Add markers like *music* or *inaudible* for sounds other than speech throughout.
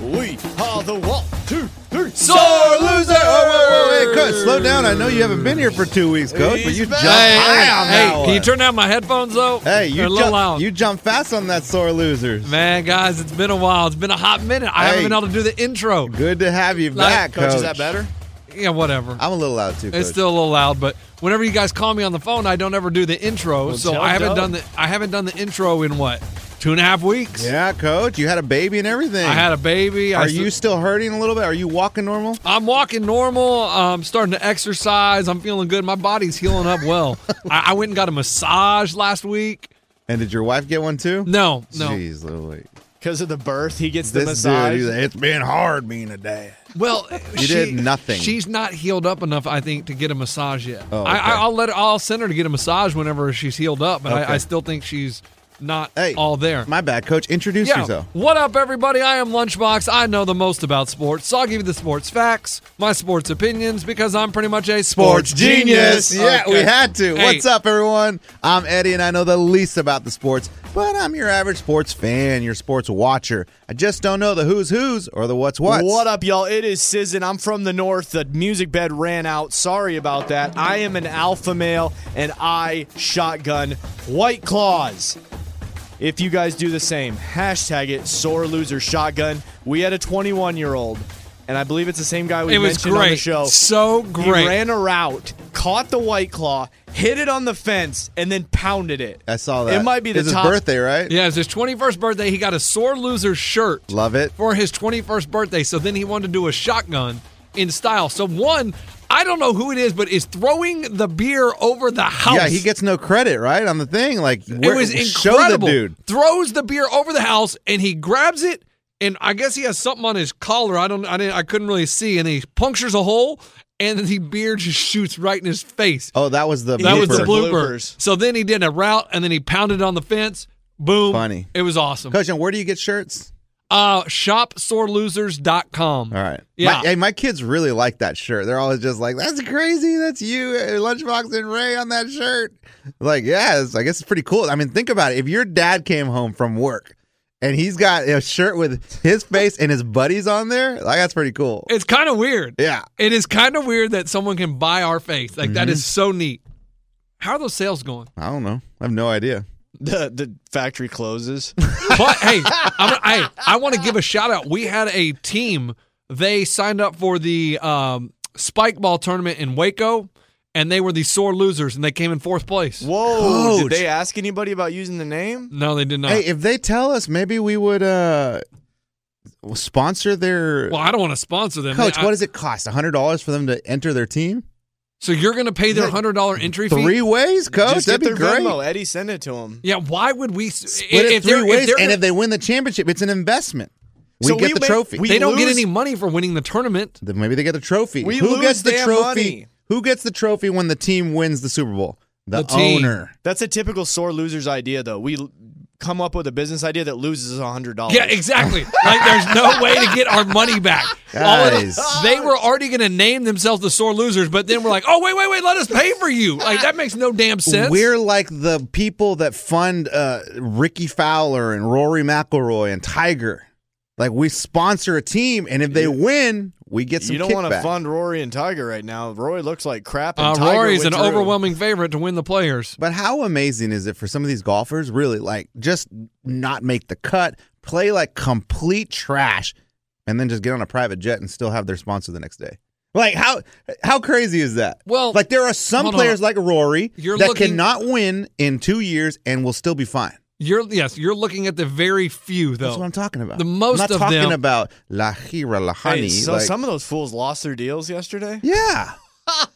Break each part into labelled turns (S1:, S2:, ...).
S1: We are the one, two, three.
S2: Sore loser. Oh, wait, wait, wait, Coach, slow down. I know you haven't been here for two weeks, Coach, but
S1: He's
S2: you
S1: back.
S2: jumped
S1: Hey,
S2: high on
S3: Hey,
S2: that
S3: can you
S2: one.
S3: turn down my headphones though?
S2: Hey,
S3: They're a
S2: you
S3: little
S2: jump,
S3: loud.
S2: you jump fast on that sore losers.
S3: Man, guys, it's been a while. It's been a hot minute. I
S2: Hey.
S3: haven't been able to do the intro.
S2: Good to have you
S3: Like-
S2: back, Coach.
S1: Coach, is that better?
S3: Yeah, whatever.
S2: I'm a little loud too, Coach.
S3: It's still a little loud, but whenever you guys call me on the phone, I don't ever do the intro. so
S1: tell
S3: I haven't
S1: Doug.
S3: done the I haven't done the intro in what two and a half weeks.
S2: yeah, Coach. You had a baby and everything.
S3: I had a baby. I
S2: Are
S3: st-
S2: you still hurting a little bit? Are you walking normal?
S3: I'm walking normal. I'm starting to exercise. I'm feeling good. My body's healing up
S2: *laughs*
S3: well. I, I went and got a massage last week.
S2: And did your wife get one too?
S3: No, no.
S2: Jeez, Lily.
S1: Because of the birth, he gets the
S2: This
S1: massage.
S2: dude, he's like, it's been hard being a dad.
S3: Well,
S2: You
S3: she,
S2: did nothing.
S3: She's not healed up enough, I think, to get a massage yet.
S2: Oh,
S3: I,
S2: okay.
S3: I, I'll let her, I'll send her to get a massage whenever she's healed up, but
S2: Okay.
S3: I, I still think she's not
S2: Hey,
S3: all there.
S2: My bad, Coach. Introduce
S3: Yeah.
S2: yourself.
S3: What up, everybody? I am Lunchbox. I know the most about sports, so I'll give you the sports facts, my sports opinions, because I'm pretty much a sports, genius.
S2: Yeah,
S3: Okay.
S2: we had to.
S3: Hey,
S2: What's up, everyone? I'm Eddie, and I know the least about the sports, but I'm your average sports fan, your sports watcher. I just don't know the who's who's or the what's what's.
S1: What up, y'all? It is Sizzin. I'm from the north. The music bed ran out. Sorry about that. I am an alpha male, and I shotgun White Claws. If you guys do the same, hashtag it sore loser shotgun. We had a 21 year old, and I believe it's the same guy we
S3: It was
S1: mentioned on the
S3: great.
S1: show.
S3: So
S1: He
S3: great.
S1: ran a route, caught the White Claw, hit it on the fence, and then pounded it.
S2: I saw that.
S1: It might be the
S2: it's
S1: top
S2: his birthday, right?
S3: Yeah, it's his 21st birthday. He got a sore loser shirt.
S2: Love it.
S3: for his 21st birthday. So then he wanted to do a shotgun in style. So one, I don't know who it is, but is throwing the beer over the house.
S2: Yeah, he gets no credit, right, on the thing. Like,
S3: it was
S2: show the
S3: incredible.
S2: dude.
S3: Throws the beer over the house and he grabs it and I guess he has something on his collar. I don't I didn't I couldn't really see and he punctures a hole and the beer just shoots right in his face.
S2: Oh, that was the
S3: that was the
S2: blooper.
S1: blue-
S3: blooper.
S1: Bloopers.
S3: So then he did a route and then he pounded on the fence. Boom.
S2: Funny.
S3: It was awesome.
S2: Coach, and where do you get shirts?
S3: Uh shopsorelosers.com.
S2: All right.
S3: Yeah.
S2: My, hey, my kids really like that shirt. They're always just like, "That's crazy. That's you, uh, Lunchbox and Ray on that shirt." Like, yeah, it's, I guess it's pretty cool. I mean, think about it. If your dad came home from work and he's got a shirt with his face and his buddies on there, like that's pretty cool.
S3: It's kind of weird.
S2: yeah.
S3: It is kind of weird that someone can buy our face. Like that is
S2: Mm-hmm.
S3: so neat. How are those sales going?
S2: I don't know. I have no idea.
S1: *laughs* The, the factory closes.
S3: But hey, I'm, hey, I want to give a shout out. We had a team. They signed up for the um, spike ball tournament in Waco, and they were the sore losers, and they came in fourth place.
S1: Whoa!
S2: Coach.
S1: Did they ask anybody about using the name?
S3: No, they did not.
S2: Hey, if they tell us, maybe we would uh sponsor their
S3: well, I don't want to sponsor them.
S2: coach.
S3: Man, I-
S2: what does it cost? hundred dollars for them to enter their team?
S3: so you're going to pay their
S2: Yeah.
S3: hundred dollar entry fee?
S2: Three ways, coach.
S1: Just
S2: That'd
S1: get
S2: be
S1: their
S2: great.
S1: Venmo. Eddie, send it to him.
S3: Yeah. Why would we?
S2: Split it three
S3: they're-
S2: ways,
S3: they're-
S2: and if they win the championship, it's an investment. We
S1: So
S2: get
S1: we
S2: the
S1: win-
S2: trophy.
S1: we-
S3: they don't get
S1: lose-
S3: any money for winning the tournament.
S2: Then maybe they get the trophy.
S1: We
S2: Who
S1: lose
S2: gets the
S1: their
S2: trophy?
S1: money.
S2: Who gets the trophy when the team wins the Super Bowl? The,
S3: The team.
S2: owner.
S1: That's a typical sore loser's idea, though. We l- come up with a business idea that loses hundred dollars.
S3: Yeah, exactly. like there's no way to get our money back. All of
S2: Guys.
S1: *laughs*
S3: us- they were already going to name themselves the sore losers, but then we're like, oh wait, wait, wait, let us pay for you. Like that makes no damn sense.
S2: We're like the people that fund uh, Ricky Fowler and Rory McIlroy and Tiger. Like we sponsor a team, and if they win, we get some.
S1: You don't
S2: want
S1: want to fund Rory and Tiger right now. Rory looks like crap. And
S3: Uh,
S1: Tiger
S3: Rory's an
S1: withdrew.
S3: overwhelming favorite to win the players.
S2: But how amazing is it for some of these golfers, really, like just not make the cut, play like complete trash, and then just get on a private jet and still have their sponsor the next day? Like how how crazy is that?
S3: Well,
S2: like there are some
S3: hold on.
S2: players like Rory
S3: You're
S2: that
S3: looking-
S2: cannot win in two years and will still be fine.
S3: You're yes, you're looking at the very few though.
S2: That's what I'm talking about.
S3: The most
S2: I'm not
S3: of
S2: talking
S3: them-
S2: about La Hira La
S1: Hey,
S2: Hani,
S1: so
S2: like-
S1: some of those fools lost their deals yesterday.
S3: *laughs*
S2: yeah.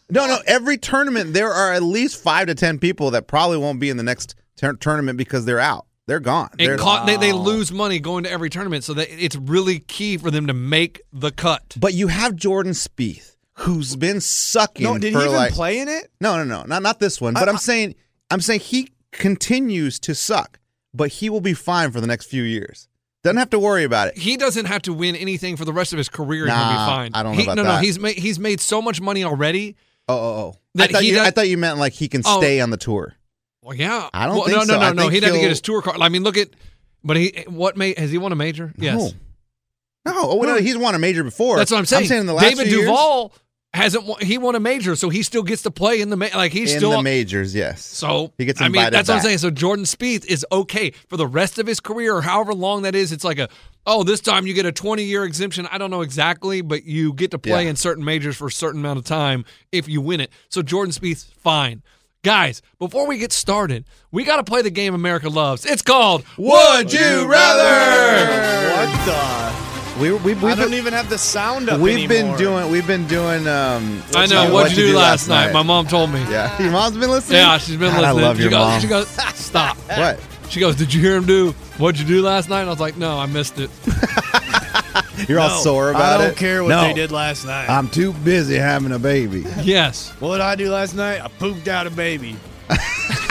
S2: no, no. Every tournament, there are at least five to ten people that probably won't be in the next tur- tournament because they're out. They're gone. They're
S3: It co- they, they lose money going to every tournament, so that it's really key for them to make the cut.
S2: But you have Jordan Spieth, who's been sucking
S1: No, did he
S2: for
S1: even
S2: like
S1: play in it?
S2: no, no, no, not not this one. But I, am saying, I'm saying he continues to suck, but he will be fine for the next few years. Doesn't have to worry about it.
S3: He doesn't have to win anything for the rest of his career. and he'll be
S2: Nah,
S3: fine.
S2: I don't know
S3: he,
S2: about
S3: no,
S2: that.
S3: No, he's made he's made so much money already.
S2: Oh, oh, oh. I
S3: That
S2: thought,
S3: he
S2: you,
S3: does-
S2: I thought you meant like he can
S3: Oh.
S2: stay on the tour.
S3: Well, yeah.
S2: I don't
S3: Well,
S2: think
S3: no,
S2: so.
S3: no,
S2: I
S3: no, no.
S2: think
S3: He'd have to
S2: he'll-
S3: get his tour card. I mean, look at. But he what made has he won a major? Yes.
S2: No, no, oh, no, he's won a major before.
S3: That's what I'm saying.
S2: I'm saying in the last
S3: David
S2: few years-
S3: Duval hasn't won, he won a major, so he still gets to play in the ma- like he's
S2: in
S3: still
S2: the majors, yes.
S3: So
S2: he gets
S3: I
S2: invited
S3: mean, that's what I'm
S2: back.
S3: saying. So Jordan Spieth is okay for the rest of his career, or however long that is. It's like a oh, this time you get a 20 year exemption. I don't know exactly, but you get to play
S2: Yeah.
S3: in certain majors for a certain amount of time if you win it. So Jordan Spieth's fine. Guys, before we get started, we got to play the game America loves. It's called Would You Rather?
S1: What the?
S2: We, we,
S1: I
S2: we've
S1: don't
S2: been,
S1: even have the sound up
S2: we've been
S1: anymore.
S2: doing we've been doing um
S3: I know
S2: what
S3: what you do last night. My mom told me.
S2: Yeah, your mom's been listening.
S3: Yeah, she's been
S2: God,
S3: listening.
S2: I love
S3: she
S2: your
S3: goes,
S2: mom.
S3: She goes, stop.
S2: what?
S3: She goes, did you hear him do what'd you do last night? And I was like, no, I missed it.
S2: You're all sore
S1: I
S2: about it.
S1: don't care what
S2: No,
S1: they did last night.
S2: I'm too busy having a baby.
S3: Yes.
S1: what did I do last night? I pooped out a baby.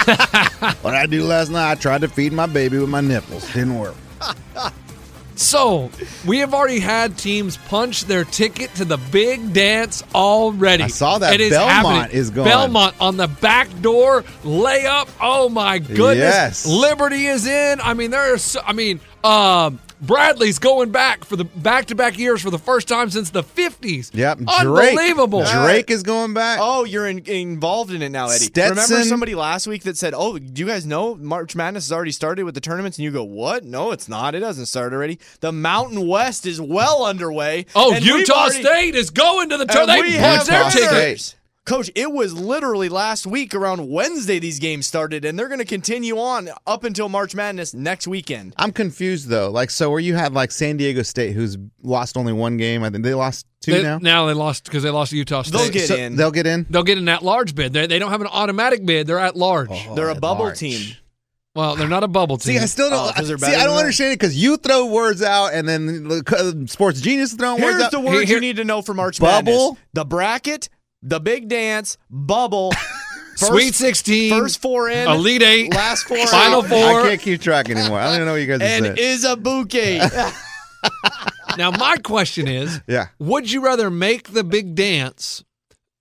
S2: what I do last night, I tried to feed my baby with my nipples. Didn't work.
S3: So, we have already had teams punch their ticket to the big dance already.
S2: I saw that.
S3: It is
S2: Belmont
S3: happening.
S2: is going.
S3: Belmont on the back door layup. Oh my goodness.
S2: Yes.
S3: Liberty is in. I mean, there's so, I mean, um Bradley's going back for the back-to-back years for the first time since the 50s.
S2: Yep. Drake,
S3: Unbelievable.
S2: Drake is going back.
S1: Oh, you're in, involved in it now, Eddie. Remember
S2: Stetson.
S1: somebody last week that said, "Oh, do you guys know March Madness has already started with the tournaments?" And you go, "What? No, it's not. It doesn't start already. The Mountain West is well underway."
S3: Oh,
S1: and we've
S3: Utah
S1: already-
S3: State is going to the
S1: and
S3: tournament.
S1: we
S3: They
S1: have
S3: punched their
S2: Utah
S3: ticket.
S2: State.
S1: winners. Coach, it was literally last week around Wednesday these games started, and they're going to continue on up until March Madness next weekend.
S2: I'm confused though. Like, so where you have like San Diego State, who's lost only one game. I think they lost two
S3: They-
S2: now.
S3: now they lost because they lost to Utah State.
S1: They'll get
S2: So
S1: in.
S2: They'll get in.
S3: They'll get an at-large bid. They, they don't have an automatic bid. They're at-large.
S2: Oh.
S1: They're a
S2: at
S1: bubble
S2: large.
S1: team.
S3: Well, they're not a bubble team.
S2: See, I still
S1: Oh,
S2: don't.
S1: 'cause they're
S2: see,
S1: better
S2: I
S1: than
S2: don't
S1: that.
S2: understand it because you throw words out, and then look, uh, sports genius is throwing words
S1: Here's
S2: out.
S1: the words
S3: Here-
S1: you need to know for March
S2: Bubble?
S1: Madness: the bracket, the big dance,
S2: *laughs*
S1: bubble, first-
S3: Sweet 16,
S1: first four in,
S3: Elite 8,
S1: last four,
S3: Final
S1: in,
S3: Four.
S2: I can't keep track anymore. I don't even know what you guys are
S1: and
S2: saying.
S1: is a *laughs* bouquet.
S3: Now, my question is
S2: *laughs* Yeah.
S3: Would you rather make the big dance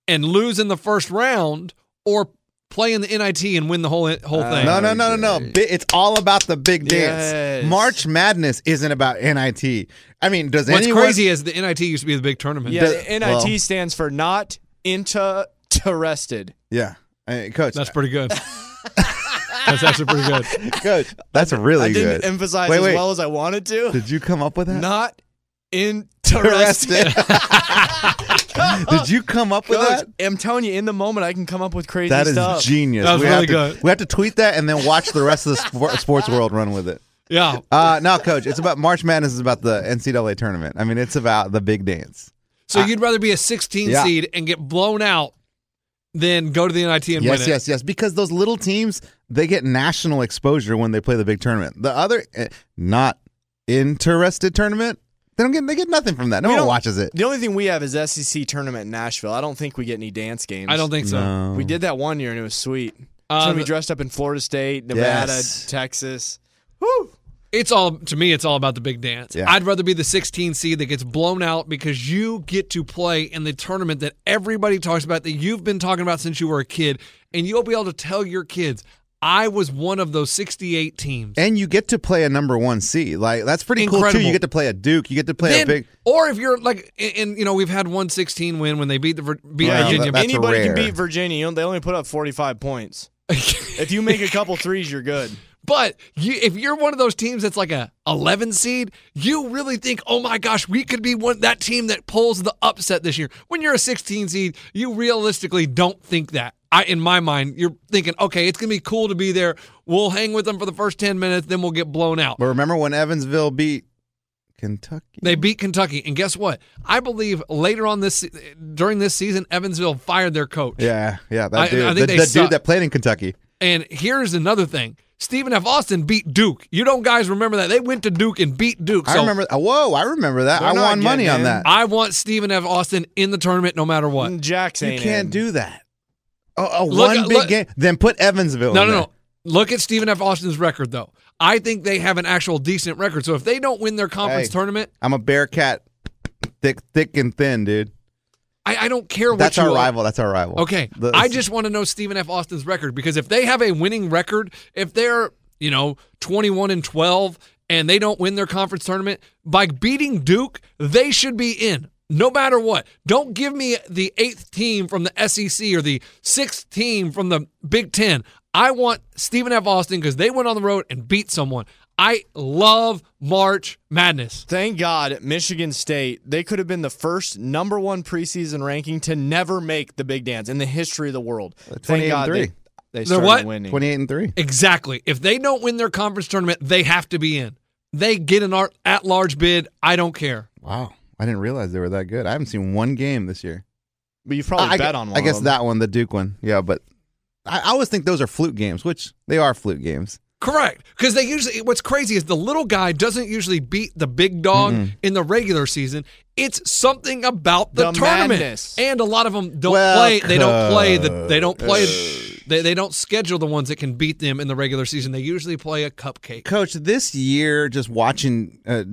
S3: and lose in the first round or play in the NIT and win the whole whole thing?
S2: Uh, No, no, no, no, no. Bi- It's all about the big dance.
S1: Yes.
S2: March Madness isn't about NIT. I mean, does
S3: What's
S2: anyone?
S3: crazy is the NIT used to be the big tournament.
S1: yeah,
S2: Does-
S1: NIT
S2: well.
S1: stands for not interested.
S2: Yeah, Hey, coach.
S3: That's pretty good. That's actually pretty
S2: *laughs*
S3: good.
S2: coach. That's really
S1: I didn't
S2: good.
S1: emphasize
S2: Wait,
S1: as
S2: wait.
S1: well as I wanted to.
S2: Did you come up with that? *laughs*
S1: *laughs* Not
S2: Interested.
S1: interested.
S2: *laughs* Did you come up with
S1: Coach,
S2: that?
S1: I'm telling you, in the moment, I can come up with crazy
S2: That is
S1: stuff.
S2: genius.
S3: That was
S2: we
S3: really
S2: have to,
S3: good.
S2: We have to tweet that and then watch the rest of the spor- *laughs* sports world run with it.
S3: Yeah.
S2: Uh, no, coach. It's about March Madness. Is about the NCAA tournament. I mean, it's about the big dance.
S3: So you'd rather be a 16
S2: Yeah.
S3: seed and get blown out than go to the NIT and
S2: yes,
S3: win it.
S2: yes, yes. Because those little teams they get national exposure when they play the big tournament. The other eh, not interested tournament, they don't get they get nothing from that. No
S1: We
S2: one
S1: don't-
S2: watches it.
S1: The only thing we have is SEC tournament in Nashville. I don't think we get any dance games.
S3: I don't think so.
S2: No.
S1: we did that one year and it was sweet.
S3: Um,
S1: Somebody dressed up in Florida State, Nevada,
S2: uh, Yes.
S1: Texas.
S3: It's all to me. It's all about the big dance.
S2: Yeah.
S3: I'd rather be the 16 seed that gets blown out because you get to play in the tournament that everybody talks about that you've been talking about since you were a kid, and you'll be able to tell your kids, I was one of those 68 teams.
S2: And you get to play a number one seed. Like that's pretty cool too.
S3: Incredible.
S2: You get to play a Duke. You get to play
S3: Then-
S2: a big.
S3: or if you're like, and- and you know, we've had one 16 win when they beat the Vir- beat
S2: Yeah,
S3: Virginia.
S2: that- that's
S1: Anybody
S2: rare.
S1: can beat Virginia. You know, They only put up 45 points.
S3: *laughs*
S1: If you make a
S2: *laughs*
S1: couple threes, you're good.
S3: But you, if you're one of those teams that's like a 11 seed, you really think, oh my gosh, we could be one that team that pulls the upset this year. When you're a 16 seed, you realistically don't think that. I, in my mind, you're thinking, okay, it's gonna be cool to be there. We'll hang with them for the first 10 minutes, then we'll get blown out.
S2: But remember when Evansville beat Kentucky?
S3: They beat Kentucky, and guess what? I believe later on this se- during this season, Evansville fired their coach.
S2: Yeah, yeah. That
S3: I- I
S2: dude,
S3: think
S2: the,
S3: they
S2: the
S3: suck.
S2: dude that played in Kentucky.
S3: And here's another thing: Stephen F. Austin beat Duke. You don't guys remember that? They went to Duke and beat Duke.
S2: I
S3: So
S2: remember. Whoa, I remember that.
S1: They're
S2: I
S1: not
S2: won money
S1: getting
S2: on
S1: in.
S2: that.
S3: I want Stephen F. Austin in the tournament, no matter what.
S1: And Jack's
S2: You
S1: ain't
S2: can't
S1: in.
S2: do that. A, a
S3: Look
S2: one
S3: at-
S2: big
S3: look-
S2: game. Then put Evansville.
S3: No,
S2: in
S3: no,
S2: there.
S3: no. Look at Stephen F. Austin's record, though. I think they have an actual decent record. So if they don't win their conference
S2: Hey.
S3: tournament,
S2: I'm a Bearcat, thick, thick and thin, dude.
S3: I, I don't care what
S2: That's
S3: you
S2: our
S3: are.
S2: rival. That's our rival.
S3: Okay.
S2: The-
S3: I just want to know Stephen F. Austin's record because if they have a winning record, if they're, you know, 21 and 12 and they don't win their conference tournament, by beating Duke, they should be in no matter what. Don't give me the eighth team from the SEC or the sixth team from the Big Ten. I want Stephen F. Austin because they went on the road and beat someone. I love March Madness.
S1: Thank God, Michigan State, they could have been the first number one preseason ranking to never make the big dance in the history of the world. Thank
S2: 28 Uh, and
S1: God they,
S2: three.
S1: they
S3: They're
S1: started
S3: what?
S1: winning.
S2: 28 and three.
S3: Exactly. If they don't win their conference tournament, they have to be in. They get an art at large bid. I don't care.
S2: Wow. I didn't realize they were that good. I haven't seen one game this year.
S1: But you probably
S2: I,
S1: bet
S2: gu-
S1: on one.
S2: I guess
S1: of them.
S2: that one, the Duke one. Yeah, but I, I always think those are flute games, which they are flute games.
S3: Correct. Because they usually, what's crazy is the little guy doesn't usually beat the big dog in the regular season. It's something about the,
S1: The
S3: tournament,
S1: madness.
S3: and a lot of them don't
S2: Well,
S3: play. They don't play. The,
S2: uh,
S3: they don't play. They, they don't schedule the ones that can beat them in the regular season. They usually play a cupcake.
S2: Coach, this year, just watching uh,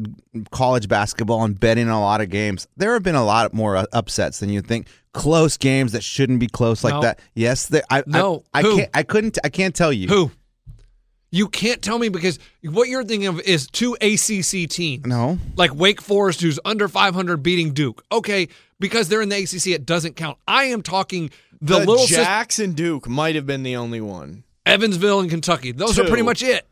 S2: college basketball and betting on a lot of games, there have been a lot more uh, upsets than you think. Close games that shouldn't be close like
S3: No.
S2: that. Yes, they, I,
S3: No.
S2: I, I
S3: Who?
S2: can't. I couldn't. I can't tell you.
S3: Who? You can't tell me because what you're thinking of is two ACC teams.
S2: No.
S3: like Wake Forest, who's under 500, beating Duke. Okay, because they're in the ACC, it doesn't count. I am talking the,
S1: The,
S3: little sis-
S1: Jacks and Duke might have been the only one.
S3: Evansville and Kentucky. Those are
S1: Two.
S3: pretty much it.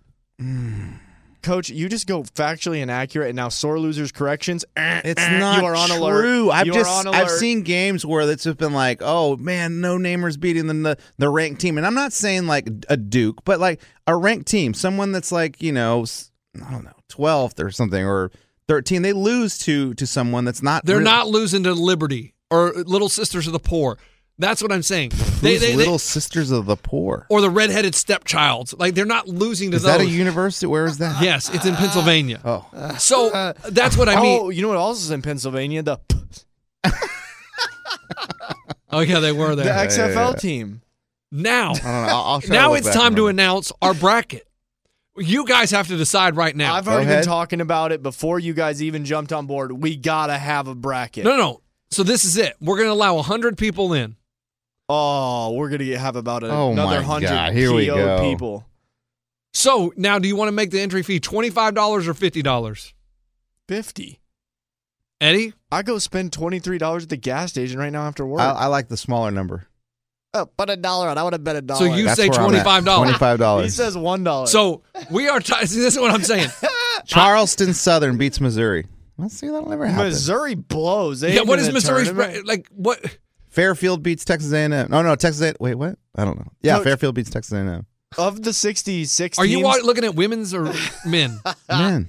S1: Coach, you just go factually inaccurate, and now sore losers corrections. *clears throat* eh,
S2: It's
S1: eh,
S2: not
S1: you are on
S2: true.
S1: alert.
S2: I've
S1: you
S2: just
S1: are on alert.
S2: I've seen games where it's just been like, oh man, no namers beating the, the the ranked team, and I'm not saying like a Duke, but like a ranked team, someone that's like you know s- I don't know 12th or something or 13, they lose to to someone that's not.
S3: They're
S2: real-
S3: not losing to Liberty or Little Sisters of the Poor. That's what I'm saying. They,
S2: Who's
S3: they, they-
S2: little sisters of the poor.
S3: or the redheaded stepchilds. Like they're not losing to
S2: Is
S3: those.
S2: that a university? Where is that?
S3: yes, it's in Pennsylvania.
S2: Oh,
S3: So that's what I
S1: oh,
S3: mean.
S1: you know what else is in Pennsylvania? The
S3: Oh yeah, they were
S1: the
S3: there.
S1: XFL team.
S3: now,
S2: I don't know. I'll, I'll try to
S3: now
S2: look
S3: it's
S2: back
S3: time
S2: and
S3: to
S2: remember.
S3: announce our bracket. You guys have to decide right now.
S1: I've already
S2: ahead.
S1: been talking about it before you guys even jumped on board. We gotta have a bracket.
S3: No, no, no. So this is it. We're going to allow 100 people in.
S1: Oh, we're gonna get- have about a-
S2: Oh
S1: another
S2: my
S1: hundred
S2: God, here
S1: PO
S2: we go.
S1: people.
S3: So now, do you want to make the entry fee $25 or $50?
S1: Fifty.
S3: Eddie?
S1: I go spend twenty three dollars at the gas station right now after work.
S2: I, I like the smaller number.
S1: oh, but a dollar on. I want to bet a dollar.
S3: you-
S2: That's
S3: say
S2: where I'm at.
S3: $25.
S2: Twenty-five
S1: he
S2: dollars.
S1: says one dollar.
S3: So we are. T- *laughs* See, this is what I'm saying.
S2: Charleston Southern beats Missouri. Let's see. That'll never happen.
S1: Missouri blows. *laughs* They
S3: yeah,
S1: ain't
S3: what
S1: in
S3: is
S1: the
S3: Missouri's
S1: tournament.
S3: bra- like? What?
S2: Fairfield beats Texas A&M. No, Oh, no, Texas A. Wait, what? I don't know. Yeah,
S1: Coach-
S2: Fairfield beats Texas A&M.
S1: of the 66
S3: Are you
S1: teams,
S3: wa- looking at women's or
S1: *laughs*
S3: men?
S2: Man,
S3: When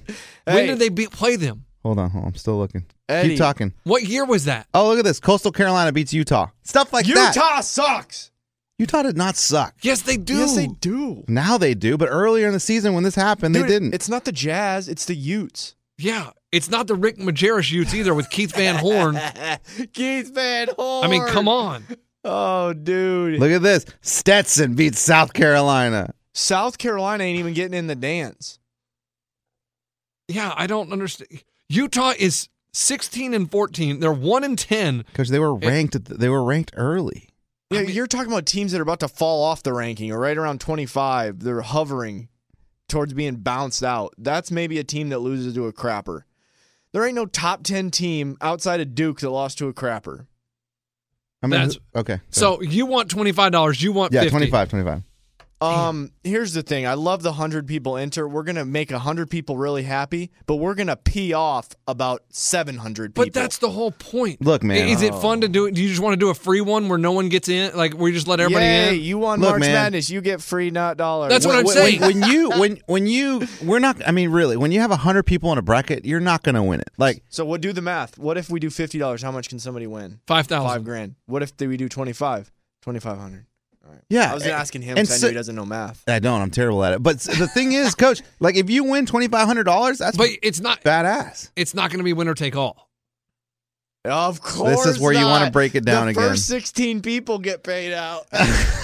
S1: Hey.
S3: did they be- play them?
S2: hold on, hold on. I'm still looking.
S1: Eddie.
S2: Keep talking.
S3: What year was that?
S2: Oh, look at this. Coastal Carolina beats Utah. Stuff like
S1: Utah
S2: that.
S1: sucks.
S2: Utah did not suck.
S3: Yes, they do.
S1: Yes, they do.
S2: Now they do, but earlier in the season when this happened,
S1: Dude,
S2: they didn't.
S1: It's not the Jazz. It's the Utes.
S3: Yeah, it's not the Rick Majerus Utes either with Keith Van
S1: *laughs*
S3: Horn.
S1: Keith Van Horn.
S3: I mean, come on.
S1: Oh, dude.
S2: look at this. Stetson beats South Carolina.
S1: South Carolina ain't even getting in the dance.
S3: Yeah, I don't understand. Utah is 16 and 14. They're one and 10.
S2: Because they were ranked. They were ranked early.
S1: You are talking about teams that are about to fall off the ranking or right around 25. They're hovering towards being bounced out. That's maybe a team that loses to a crapper. There ain't no top 10 team outside of Duke that lost to a crapper.
S2: I mean,
S3: That's-
S2: okay.
S3: So you want twenty five dollars? You want
S2: yeah,
S3: 50.
S2: 25, 25.
S1: Um, here's the thing. I love the 100 people enter. We're going to make 100 people really happy, but we're going to pee off about 700 people.
S3: But that's the whole point.
S2: Look,
S3: I-
S2: man. uh,
S3: is it fun to do? it? Do you just want to do a free one where no one gets in? Like where you just let everybody
S1: Yay,
S3: in?
S1: you won
S2: Look,
S1: March
S2: man.
S1: Madness. You get free nut dollars.
S3: That's what I'm
S2: when,
S3: saying.
S2: When, when you when when you we're not I mean really when you have hundred people in a bracket you're not gonna win it like
S1: So we'll do the math. What if we do fifty dollars? How much can somebody win?
S3: Five
S1: Five
S3: thousand.
S1: grand. What if we do twenty five? Twenty five hundred.
S2: yeah
S1: I was
S2: and-
S1: asking him
S2: and
S1: because I
S2: so-
S1: knew he doesn't know math.
S2: I don't I'm terrible at it but s- the thing is coach *laughs* like if you win twenty five hundred dollars that's
S3: But it's not.
S2: badass
S3: It's not going to be winner take all.
S1: Of course.
S2: where you wanna
S1: not.
S2: break it down
S1: the
S2: again.
S1: First sixteen people get
S3: *laughs*
S1: paid out.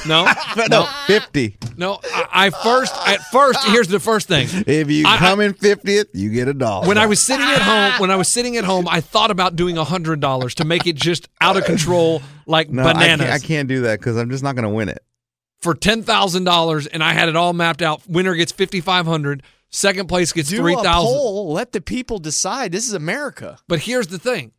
S3: No,
S2: *laughs*
S3: *laughs*
S2: no fifty
S3: no. I, I first at first. Here's the
S2: *laughs*
S3: first thing.
S2: if you
S3: I- I-
S2: come in fiftieth you get a dollar
S3: When I was sitting at home, when I was sitting at home, I thought about doing hundred dollars to make it just out of control, like
S2: no, I can't,
S3: bananas,
S2: I can't do that because I'm just not gonna win it
S3: for ten thousand dollars, and I had it all mapped out. Winner gets fifty five hundred. Second place gets
S1: do
S3: three
S1: a
S3: thousand.
S1: poll. Let the people decide. This is America.
S3: But here's the thing.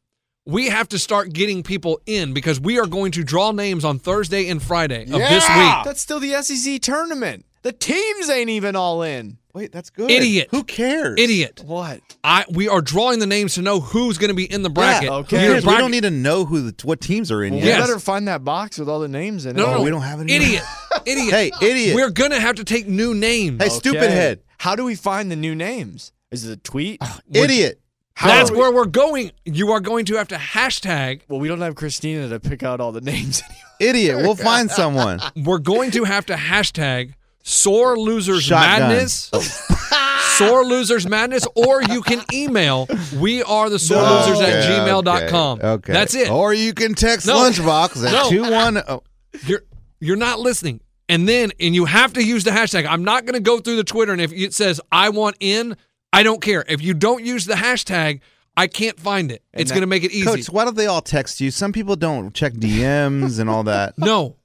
S3: We have to start getting people in because we are going to draw names on Thursday and Friday of this week.
S1: That's still the SEC tournament. The teams ain't even all in.
S2: wait that's good
S3: Idiot.
S2: who cares
S3: Idiot.
S1: What?
S3: I we are drawing the names to know who's going to be in the bracket.
S1: okay.
S3: Your
S2: Who cares? we
S3: bracket-
S2: don't need to know who the, what teams are in
S1: Well,
S2: yet.
S1: We
S3: Yes.
S1: better find that box with all the names in
S3: No,
S1: it.
S3: no, no.
S2: Oh, we don't have any- *laughs*
S3: Idiot. idiot.
S2: hey idiot
S3: We're going to have to take new names.
S2: hey stupid
S1: Okay.
S2: head
S1: How do we find the new names? Is it a tweet?
S2: idiot
S1: How
S3: Oh, That's
S1: are we-
S3: where we're going. You are going to have to hashtag.
S1: Well, we don't have Christina to pick out all the *laughs* names anymore.
S2: idiot *laughs* we'll find someone.
S3: We're going to have to hashtag sore losers
S2: Shotgun.
S3: madness.
S2: Oh.
S3: *laughs* sore losers madness. Or you can email we are the sore losers at
S2: Okay,
S3: gmail.com.
S2: Okay, okay.
S3: That's it.
S2: Or you can text
S3: No.
S2: Lunchbox
S3: No.
S2: at two one. oh.
S3: You're you're not listening. And then and you have to use the hashtag. I'm not going to go through the Twitter and if it says I want in, I don't care. If you don't use the hashtag, I can't find it. it's going to make it easy.
S2: Coach, why don't they all text you? Some people don't check DMs and all
S3: *laughs*
S2: that.
S3: no.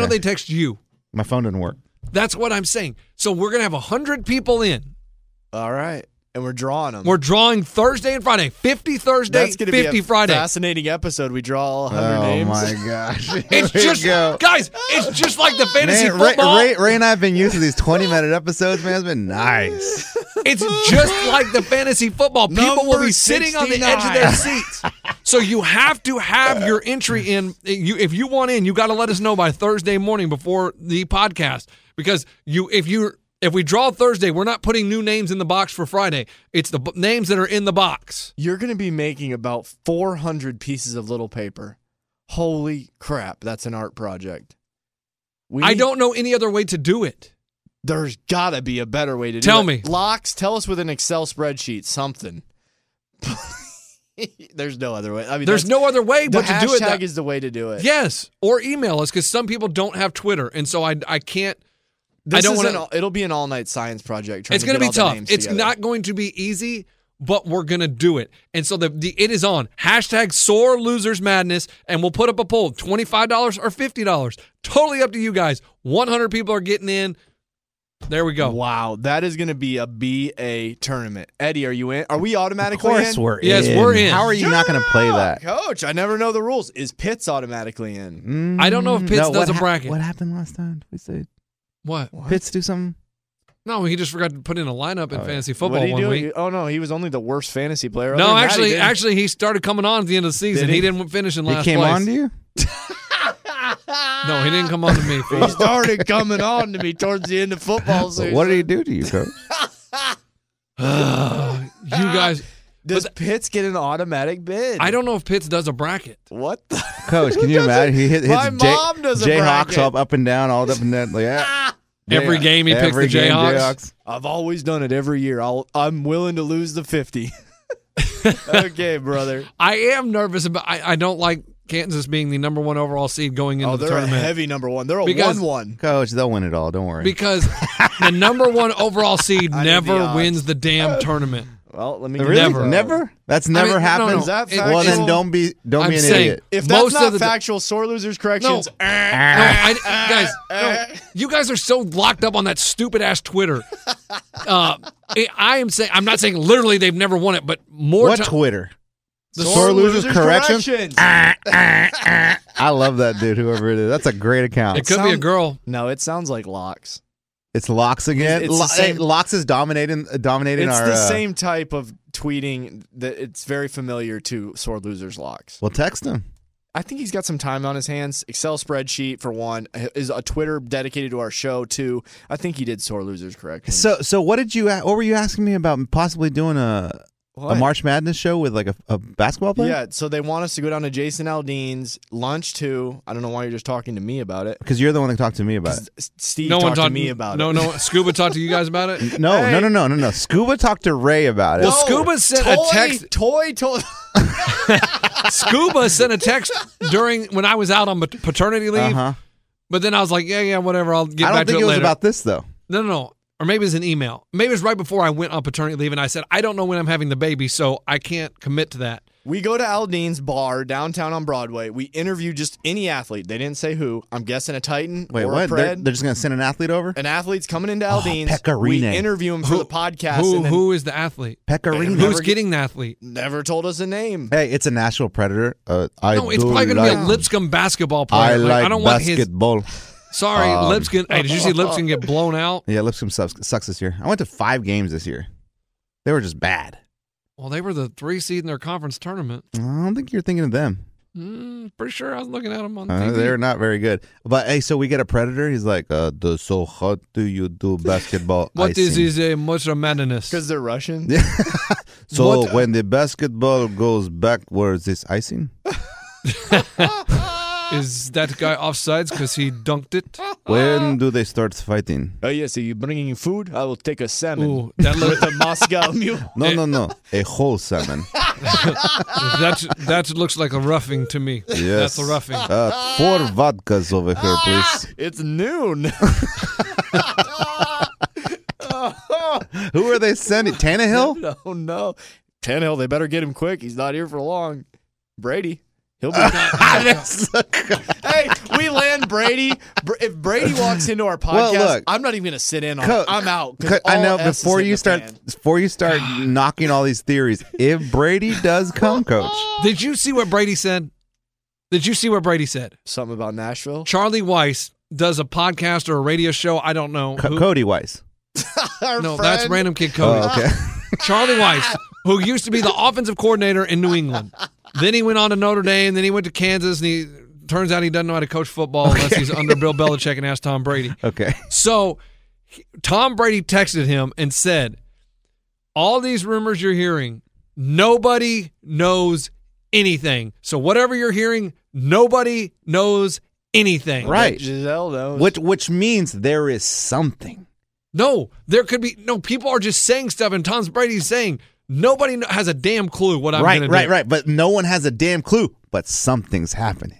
S2: *laughs*
S3: don't they text you?
S2: My phone doesn't work.
S3: That's what I'm saying. So we're going to have 100 people in.
S1: All right. And we're drawing them.
S3: We're drawing Thursday and Friday. 50 Thursday,
S1: That's going to
S3: 50
S1: be a
S3: Friday.
S1: fascinating episode. We draw all 100
S2: Oh
S1: names.
S2: my gosh! *laughs* Here
S3: It's
S2: we
S3: just
S2: go.
S3: guys, it's just like the *laughs* fantasy
S2: Man, Ray,
S3: football.
S2: Ray, Ray and I have been used to these twenty-minute episodes. Man, it's been nice.
S3: It's just like the fantasy football. People will
S1: *laughs* Number
S3: be sitting on the edge of
S1: *laughs*
S3: their seats. So you have to have your entry in. You, if you want in, you got to let us know by Thursday morning before the podcast because you, if you, if we draw Thursday, we're not putting new names in the box for Friday. It's the b- names that are in the box.
S1: You're going to be making about 400 pieces of little paper. Holy crap. That's an art project. We
S3: I
S1: need-
S3: don't know any other way to do it.
S1: There's got to be a better way to do
S3: Tell
S1: it.
S3: me.
S1: Locks, tell us with an Excel spreadsheet, something. *laughs* There's no other way. I mean,
S3: There's
S1: that's-
S3: no other way
S1: the
S3: but to do it.
S1: hashtag
S3: that-
S1: is the way to do it.
S3: yes, or email us because some people don't have Twitter, and so I, I can't.
S1: This
S3: I don't
S1: is
S3: wanna-
S1: an all- It'll be an all-night science project. trying
S3: It's
S1: to
S3: going to
S1: get
S3: be
S1: all the
S3: tough.
S1: names
S3: It's
S1: together.
S3: not going to be easy, but we're going to do it. And so the, the it is on hashtag sore losers madness, and we'll put up a poll: twenty five dollars or fifty dollars. Totally up to you guys. One hundred people are getting in. There we go.
S1: Wow, that is going to be a BA tournament. Eddie, are you in? Are we
S2: Of
S1: automatically
S2: course,
S1: in?
S2: we're
S3: Yes,
S2: in.
S3: we're in.
S2: How are you not going to play that?
S1: Coach, I never know the rules. Is Pitts automatically in?
S2: Mm,
S3: I don't know if Pitts
S2: no, what
S3: does a
S2: hap-
S3: bracket.
S2: What happened last time? We said
S3: What?
S2: Pitts do something.
S3: No, he just forgot to put in a lineup in fantasy
S1: Oh, what
S3: football
S1: did he
S3: one
S1: do?
S3: week.
S1: He- Oh no, he was only the worst fantasy player. Other
S3: no,
S1: than that, he
S3: actually,
S1: didn't.
S3: actually, he started coming on at the end of the season.
S1: Did he?
S3: he? didn't finish in last
S2: he came
S3: place.
S2: on to you.
S3: No, he didn't come on to
S1: *laughs*
S3: me.
S1: he started coming on to me towards the end of football season.
S2: What did he do to you,
S3: *laughs*
S2: coach?
S3: you guys,
S1: Does Pitts get an automatic bid?
S3: I don't know if Pitts does a bracket.
S1: What the? *laughs*
S2: Coach, can you imagine? He hit, hits
S1: My
S2: Jay-
S1: mom does a
S2: Jayhawks
S1: bracket.
S2: up, up and down, all up and down. Like, ah, yeah.
S3: Every game he picks
S2: Every
S3: the
S2: game,
S3: Jayhawks.
S1: I've always done it every year. I'll, I'm willing to lose the fifty. okay, brother.
S3: I am nervous about. I, I don't like Kansas being the number one overall seed going into
S1: Oh,
S3: the
S1: they're a
S3: tournament
S1: heavy number one. They're a
S3: Because-
S1: one-one.
S2: Coach, they'll win
S1: *laughs*
S2: it all. Don't worry.
S3: because the number one overall seed
S1: I need the
S3: never
S1: odds. *laughs*
S3: wins the damn tournament.
S1: Well, let me
S2: Really?
S3: Never.
S2: Never? That's never
S3: mean, no,
S2: happened.
S3: no, no.
S1: Is that
S3: It-
S1: fact-
S2: Well,
S3: it's-
S2: then don't be don't
S3: I'm
S2: be an
S3: saying-
S2: idiot.
S1: If that's
S3: Most
S1: not
S3: of the-
S1: factual, sore losers corrections.
S3: No, I, guys, no, you guys are so locked up on that stupid ass
S1: *laughs*
S3: Twitter. Uh, I- I am saying I'm not saying literally they've never won it, but more
S2: What
S3: ti-
S2: Twitter?
S3: the
S2: Sore
S3: sore-
S2: losers corrections? I love that dude. Whoever it is, that's a great account.
S3: It could be a
S1: Sound-
S3: girl.
S1: No, it sounds like locks.
S2: It's Locks again.
S1: It's- it's the
S2: Lo-
S1: same-
S2: hey, Locks is dominating dominating
S1: It's
S2: our.
S1: the
S2: uh,
S1: same type of tweeting that it's very familiar to sore losers locks.
S2: Well, text him.
S1: I think he's got some time on his hands. Excel spreadsheet for one is a Twitter dedicated to our show. Two, I think he did sore losers corrections.
S2: So, so what did you? a- What were you asking me about? Possibly doing a
S1: What?
S2: a March Madness show with like a, a basketball player?
S1: Yeah, so they want us to go down to Jason Aldean's lunch too. I don't know why you're just talking to me about it.
S2: because you're the one that talked to me about it.
S1: S- Steve
S3: no one
S1: talked
S3: talked
S1: to me about
S3: no,
S1: *laughs* it.
S3: No, Scuba talked to you guys about
S1: *laughs*
S3: it.
S2: No, no, no, no, no, no. Scuba talked to Ray about it.
S3: Well, Scuba sent a
S1: Toy-
S3: text.
S1: Toy, toy. *laughs*
S3: Scuba sent a text during when I was out on pat- paternity leave.
S2: Uh-huh.
S3: But then I was like, yeah, yeah, whatever. I'll get
S2: I
S3: back
S2: don't
S3: to
S2: think
S3: it,
S2: it was
S3: later.
S2: about this though.
S3: no, no, no. Or maybe it was an email. Maybe it was right before I went on paternity leave, and I said, I don't know when I'm having the baby, so I can't commit to that.
S1: We go to Aldean's bar downtown on Broadway. We interview just any athlete. They didn't say who. I'm guessing a Titan
S2: Wait,
S1: or a
S2: what? They're,
S1: Pred.
S2: they're just Oh, gonna send an athlete over?
S1: An athlete's coming into Aldean's. we
S2: Pecorino.
S1: interview him for the podcast.
S3: Who
S1: and then
S3: who is the athlete?
S2: Pecorino.
S3: Who's getting the athlete?
S1: never told us a name.
S2: Hey, it's a national predator. Uh, I
S3: No, it's
S2: do
S3: probably gonna
S2: like,
S3: be a Lipscomb basketball player.
S2: I
S3: Like,
S2: like um,
S3: I don't want his.
S2: basketball.
S3: Sorry, Lipscomb. Hey, did you see
S2: *laughs*
S3: Lipscomb get blown out?
S2: Yeah, Lipscomb sucks, sucks this year. I went to five games this year. They were just bad.
S3: Well, they were the three seed in their conference tournament.
S2: I don't think you're thinking of them.
S3: Mm, pretty sure I was looking at them on
S2: Uh,
S3: TV.
S2: they're not very good. But hey, so we get a predator. He's like, uh, do, so how do you
S3: *laughs*
S2: do basketball?
S3: What is
S2: icing?
S3: is a much of madness?
S1: Because they're Russian.
S2: So
S3: What-
S2: when the basketball goes backwards, it's
S3: *laughs*
S2: icing.
S3: Is that guy offsides because he dunked
S1: *laughs*
S3: it?
S2: When do they start fighting?
S1: Oh yes, are you bringing you food? I will take a salmon
S3: Ooh, that
S1: with
S3: looks
S1: a
S2: *laughs*
S1: Moscow mule.
S2: No,
S3: Eh.
S2: no, no. A whole salmon.
S3: that that looks like a roughing to me.
S2: Yes.
S3: *laughs* that's a roughing.
S2: Uh, four vodkas over here,
S3: *laughs*
S2: please.
S1: It's noon.
S2: Who are they sending? Tannehill?
S1: oh *laughs* no, Tannehill, they better get him quick. He's not here for long. Brady, he'll be.
S2: *laughs*
S1: hey, we land Brady. Br- If Brady walks into our podcast,
S2: Well, look.
S1: I'm not even gonna sit in on.
S2: Co-
S1: it. I'm out. 'cause
S2: Co- I
S1: all
S2: know
S1: S is
S2: before
S1: in
S2: you
S1: the
S2: start
S1: pan.
S2: before you
S3: *sighs*
S2: start knocking all these theories, if Brady does come, coach.
S3: Did you see what Brady said? Did you see what Brady said?
S1: something
S2: *laughs*
S1: about Nashville.
S3: Charlie Weiss does a podcast or a radio show. I don't know.
S2: Co-
S3: who-
S2: Cody Weiss.
S1: Our
S3: no,
S1: friend-
S3: that's random kid Cody.
S2: Oh, okay. *laughs*
S3: *laughs* Charlie Weiss, who used to be the offensive coordinator in New England. Then he went on to Notre Dame. Then he went to Kansas, and he turns out he doesn't know how to coach football unless he's under Bill Belichick and asked Tom Brady. *laughs*
S2: Okay.
S3: So he- Tom Brady texted him and said, All these rumors you're hearing, nobody knows anything. So whatever you're hearing, nobody knows anything.
S2: Right.
S1: Giselle knows.
S2: Which which means there is something.
S3: No, there could be no people are just saying stuff, and Tom Brady's saying, Nobody kn- has a damn clue what I'm
S2: right,
S3: going to
S2: right,
S3: do.
S2: right. But no one has a damn clue. But something's happening.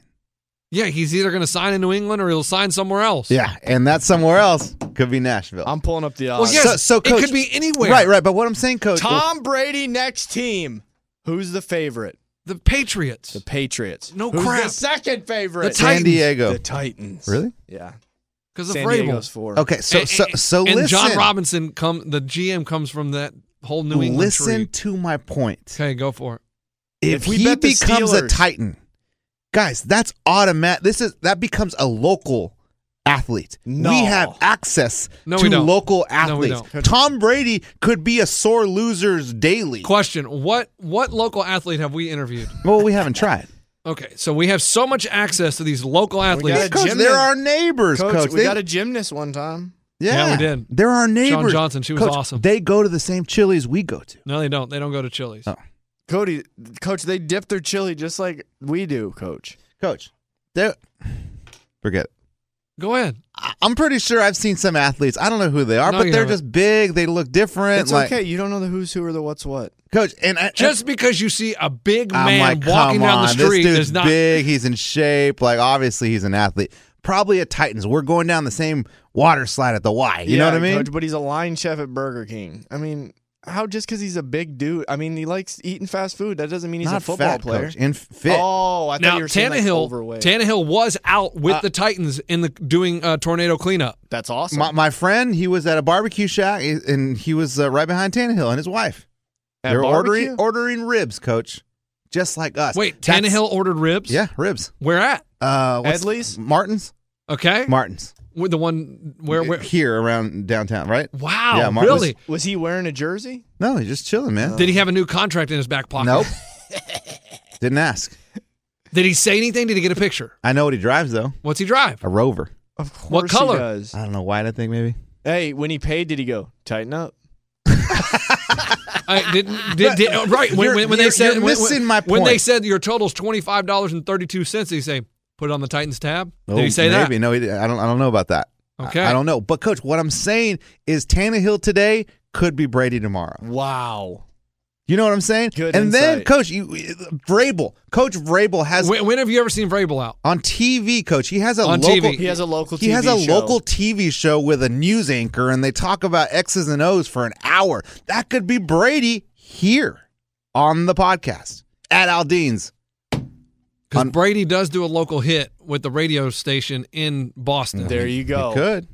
S3: Yeah, he's either going to sign in New England or he'll sign somewhere else.
S2: Yeah, and that's somewhere else. Could be Nashville.
S1: I'm pulling up the odds.
S3: Well, yes,
S2: So- so,
S3: it
S2: Coach-
S3: could be anywhere.
S2: Right, right. But what I'm saying, coach,
S1: Tom Brady next team. Who's the favorite?
S3: The Patriots.
S1: The Patriots.
S3: No
S1: Who's
S3: crap.
S1: The second favorite.
S3: The
S2: San
S3: Titans.
S2: Diego.
S1: The Titans.
S2: Really?
S1: Yeah.
S3: Because of
S1: San
S3: Vrabel.
S1: Diego's four.
S2: Okay, so
S3: And-
S2: so
S3: and-
S2: so
S3: and
S2: listen.
S3: John Robinson come the GM comes from that whole New England
S2: listen
S3: tree.
S2: to my point.
S3: Okay, go for it.
S2: If,
S1: If we
S2: he
S1: bet the
S2: becomes a
S1: Steelers-
S2: Titan, guys, that's automatic. This is that becomes a local athlete.
S1: No.
S2: We have access
S3: No,
S2: to
S3: we don't.
S2: local
S3: No, we
S2: athletes. Tom Brady could be a sore losers daily.
S3: Question: What what local athlete have we interviewed?
S2: Well, we haven't
S3: *laughs*
S2: tried.
S3: Okay, so we have so much access to these local athletes.
S1: got
S2: Coach,
S1: Jim-
S2: they're our neighbors,
S1: Coach,
S2: coach.
S1: we
S2: They-
S1: got a gymnast one time.
S2: yeah,
S3: Yeah, we did.
S2: They're our neighbors.
S3: Johnson, she was
S2: Coach,
S3: awesome.
S2: They go to the same Chili's we go to.
S3: No, they don't. They don't go to Chili's.
S2: Oh.
S1: Cody, coach, they dip their chili just like we do, coach.
S2: Coach, they're- forget. it.
S3: Go ahead.
S2: I- I'm pretty sure I've seen some athletes. I don't know who they are,
S3: No,
S2: but
S3: you
S2: they're
S3: haven't.
S2: just big. They look different.
S1: It's
S2: like,
S1: okay. You don't know the who's who or the what's what.
S2: Coach, and I,
S3: Just because you see a big
S2: I'm
S3: man
S2: like,
S3: walking
S2: come
S3: down
S2: on,
S3: the street
S2: this
S3: does
S2: dude's
S3: not.
S2: big. He's in shape. Like, obviously, he's an athlete. Probably at Titans. We're going down the same water slide at the Y. You know
S1: Yeah,
S2: what I mean?
S1: Coach, but he's a line chef at Burger King. I mean, How just because he's a big dude? I mean, he likes eating fast food. That doesn't mean he's
S2: Not
S1: a football
S2: fat,
S1: player.
S2: Coach, and fit.
S1: Oh, I thought
S3: Now
S1: you were saying like,
S3: Tannehill,
S1: overweight.
S3: Tannehill was out with
S1: Uh,
S3: the Titans in the doing uh, tornado cleanup.
S1: That's awesome.
S2: my, my friend, he was at a barbecue shack, i- and he was uh, right behind Tannehill and his wife.
S1: At
S2: They're
S1: barbecue?
S2: ordering ordering ribs, Coach, just like us.
S3: Wait,
S2: That's-
S3: Tannehill ordered ribs.
S2: yeah, ribs.
S3: where at?
S2: Uh, what's-
S1: Edley's?
S2: Martins,
S3: Okay,
S2: Martins,
S3: with the one where where.
S2: here around downtown, right?
S3: Wow,
S2: Yeah, Martin was-
S3: really?
S1: Was he wearing a jersey?
S2: No, he's just chilling, man.
S3: Did he have a new contract in his back pocket? *laughs*
S2: nope, didn't ask.
S3: Did he say anything? Did he get a picture?
S2: I know what he drives though,
S3: What's he drive?
S2: a Rover.
S1: Of course
S3: What color?
S1: he does.
S2: I don't know white. I think maybe.
S1: Hey, when he paid, did he go tighten up? *laughs*
S3: I didn't. Did, did, oh, right when,
S2: You're-
S3: when, when they
S2: you're-
S3: said
S2: you're
S3: when-
S2: missing my
S3: when they
S2: point.
S3: said your total's twenty five dollars and thirty two cents. They say put it on the Titans tab.
S2: Oh,
S3: Did he say
S2: maybe.
S3: that?
S2: No, he didn't. I don't. I don't know about that. I-
S3: Okay.
S2: I, don't know. But coach, what I'm saying is Tannehill today could be Brady tomorrow.
S1: Wow.
S2: You know what I'm saying?
S1: Good
S2: and then
S1: insight.
S2: coach, you Vrabel, Coach Vrabel has
S3: When, when have you ever seen Vrabel out?
S2: on TV. Coach, he has a
S3: On
S2: local.
S3: TV.
S1: He has a local.
S2: He has
S1: TV
S2: a
S1: show.
S2: local TV show with a news anchor, and they talk about X's and O's for an hour. That could be Brady here on the podcast at Aldean's.
S3: Because
S2: On-
S3: Brady does do a local hit with the radio station in Boston.
S1: There you go.
S2: It could.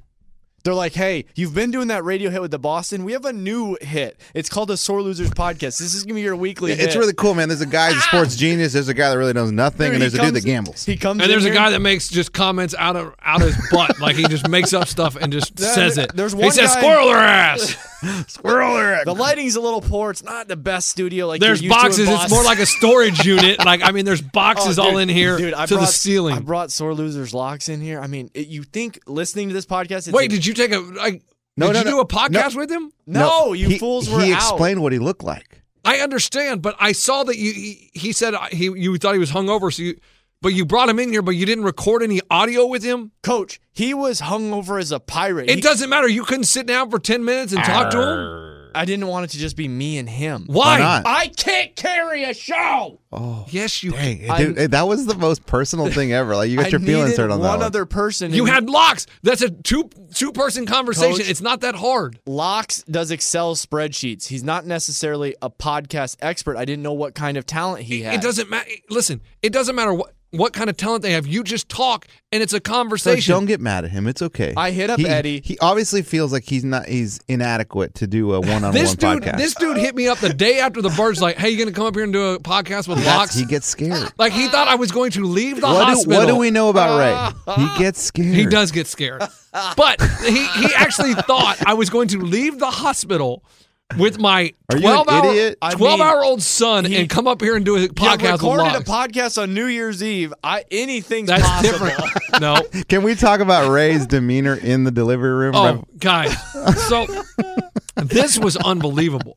S1: They're like, hey, you've been doing that radio hit with the Boston. We have a new hit. It's called the Sore Losers Podcast. This is gonna be your weekly.
S2: It's
S1: hit.
S2: really cool, man. There's a guy who's a sports genius. There's a guy that really knows nothing, and
S1: Dude, Ah! he
S2: there's a dude
S1: comes-
S2: that gambles.
S1: He
S3: And
S1: comes in
S3: there's a
S1: here-
S3: guy that makes just comments out of out his butt, like he just makes up stuff and
S1: *laughs*
S3: just
S1: Yeah,
S3: says
S1: there-
S3: it.
S1: there's
S3: he
S1: one
S3: says
S1: guy-
S3: squirrel her
S1: *laughs*
S3: ass.
S2: Squirrel Eric.
S1: The lighting's a little poor. It's not the best studio. Like
S3: There's
S1: you're used to in
S3: boxes. It's
S1: Boston.
S3: more like a storage unit. Like I mean, there's
S1: *laughs* Oh,
S3: boxes all
S1: dude,
S3: in here
S1: dude, I
S3: to
S1: brought,
S3: the ceiling.
S1: I brought sore losers locks in here. I mean, it, you think listening to this podcast? It's
S3: Wait, did you take a like?
S2: No,
S3: did
S2: no,
S3: you
S2: no.
S3: do a podcast with him?
S1: no, you
S2: he,
S1: fools were
S2: He
S1: out.
S2: explained what he looked like.
S3: I understand, but I saw that you. He, he said uh, he you thought he was hungover, so you. But you brought him in here, but you didn't record any audio with him.
S1: Coach, he was hungover as a pirate.
S3: It
S1: He-
S3: doesn't matter. You couldn't sit down for ten minutes and talk to him.
S1: I didn't want it to just be me and him.
S3: Why?
S2: not?
S1: I can't carry a show.
S3: Yes, you.
S2: Dude, hey, that was the most
S1: *laughs*
S2: personal thing ever. Like you got
S1: I
S2: your feelings
S1: needed
S2: hurt on that.
S1: one
S2: one.
S1: other person.
S3: You
S1: and
S3: had locks. That's a two two person conversation.
S1: Coach.
S3: it's not that hard.
S1: Locks does Excel spreadsheets. He's not necessarily a podcast expert. I didn't know what kind of talent he had.
S3: It doesn't matter. Listen, it doesn't matter what what kind of talent they have. You just talk, and it's a
S2: So
S3: conversation.
S2: don't get mad at him. It's okay.
S1: I hit up
S2: He-
S1: Eddie.
S2: He obviously feels like he's not. He's inadequate to do
S1: *laughs*
S2: a one-on-one
S3: this dude,
S2: podcast.
S3: this dude hit me up the day after the birds. Like, hey, you gonna come up here and do a podcast with
S2: That's-
S3: locks?
S2: he gets
S1: *laughs*
S2: scared.
S3: like he thought I was going to leave the
S2: What do,
S3: hospital.
S2: what do we know about
S1: *laughs*
S2: Ray? He gets scared.
S3: He does
S2: *laughs*
S3: get scared, but he he actually thought I was going to leave the hospital. With my
S2: Are you an
S3: twelve hour
S2: idiot? I mean,
S3: twelve hour old son and come up here and do a
S1: Yeah,
S3: podcast with
S1: recorded a
S3: locks.
S1: podcast on New Year's Eve. I anything's
S3: That's
S1: possible.
S3: different.
S2: *laughs*
S3: No.
S2: Can we talk about
S1: *laughs*
S2: Ray's demeanor in the delivery room?
S3: Oh, guys. So this was unbelievable.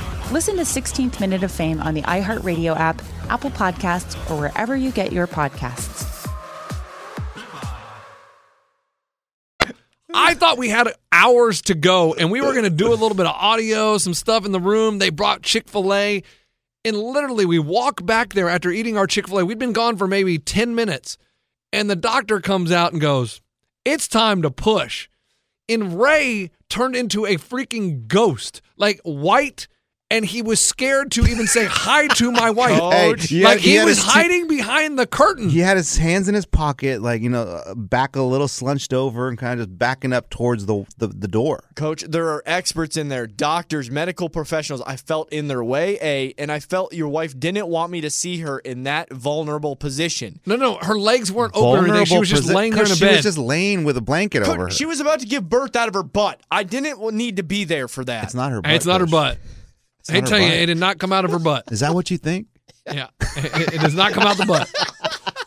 S4: Listen to 16th Minute of Fame on the iHeartRadio app, Apple Podcasts, or wherever you get your podcasts.
S3: I thought we had hours to go and we were going to do a little bit of audio, some stuff in the room. They brought Chick fil A. And literally, we walk back there after eating our Chick fil A. We'd been gone for maybe 10 minutes. And the doctor comes out and goes, It's time to push. And Ray turned into a freaking ghost, like white. And he was scared to even say hi
S2: *laughs*
S3: to my wife.
S2: Oh, Hey, yeah,
S3: like
S2: he
S3: he
S2: had
S3: was
S2: his t-
S3: hiding behind the curtain.
S2: He had his hands in his pocket, like you know, uh, back a little slunched over and kind of just backing up towards the the, the door.
S1: Coach, there are experts in there, doctors, medical professionals. I felt in their way, A, and I felt your wife didn't want me to see her in that vulnerable position.
S3: No, no, her legs weren't open. or anything. She was just
S2: posi-
S3: laying there in a
S2: she
S3: bed.
S2: was just laying with a blanket
S1: Coach,
S2: over her.
S1: She was about to give birth out of her butt. I didn't w- need to be there for that.
S2: it's not her. Butt,
S3: Hey, it's not her
S2: Coach.
S3: butt. I
S2: not
S3: tell
S2: her
S3: you,
S2: butt.
S3: it did not come out of her butt.
S2: *laughs* Is that what you think?
S3: Yeah, it, it does not come out the butt.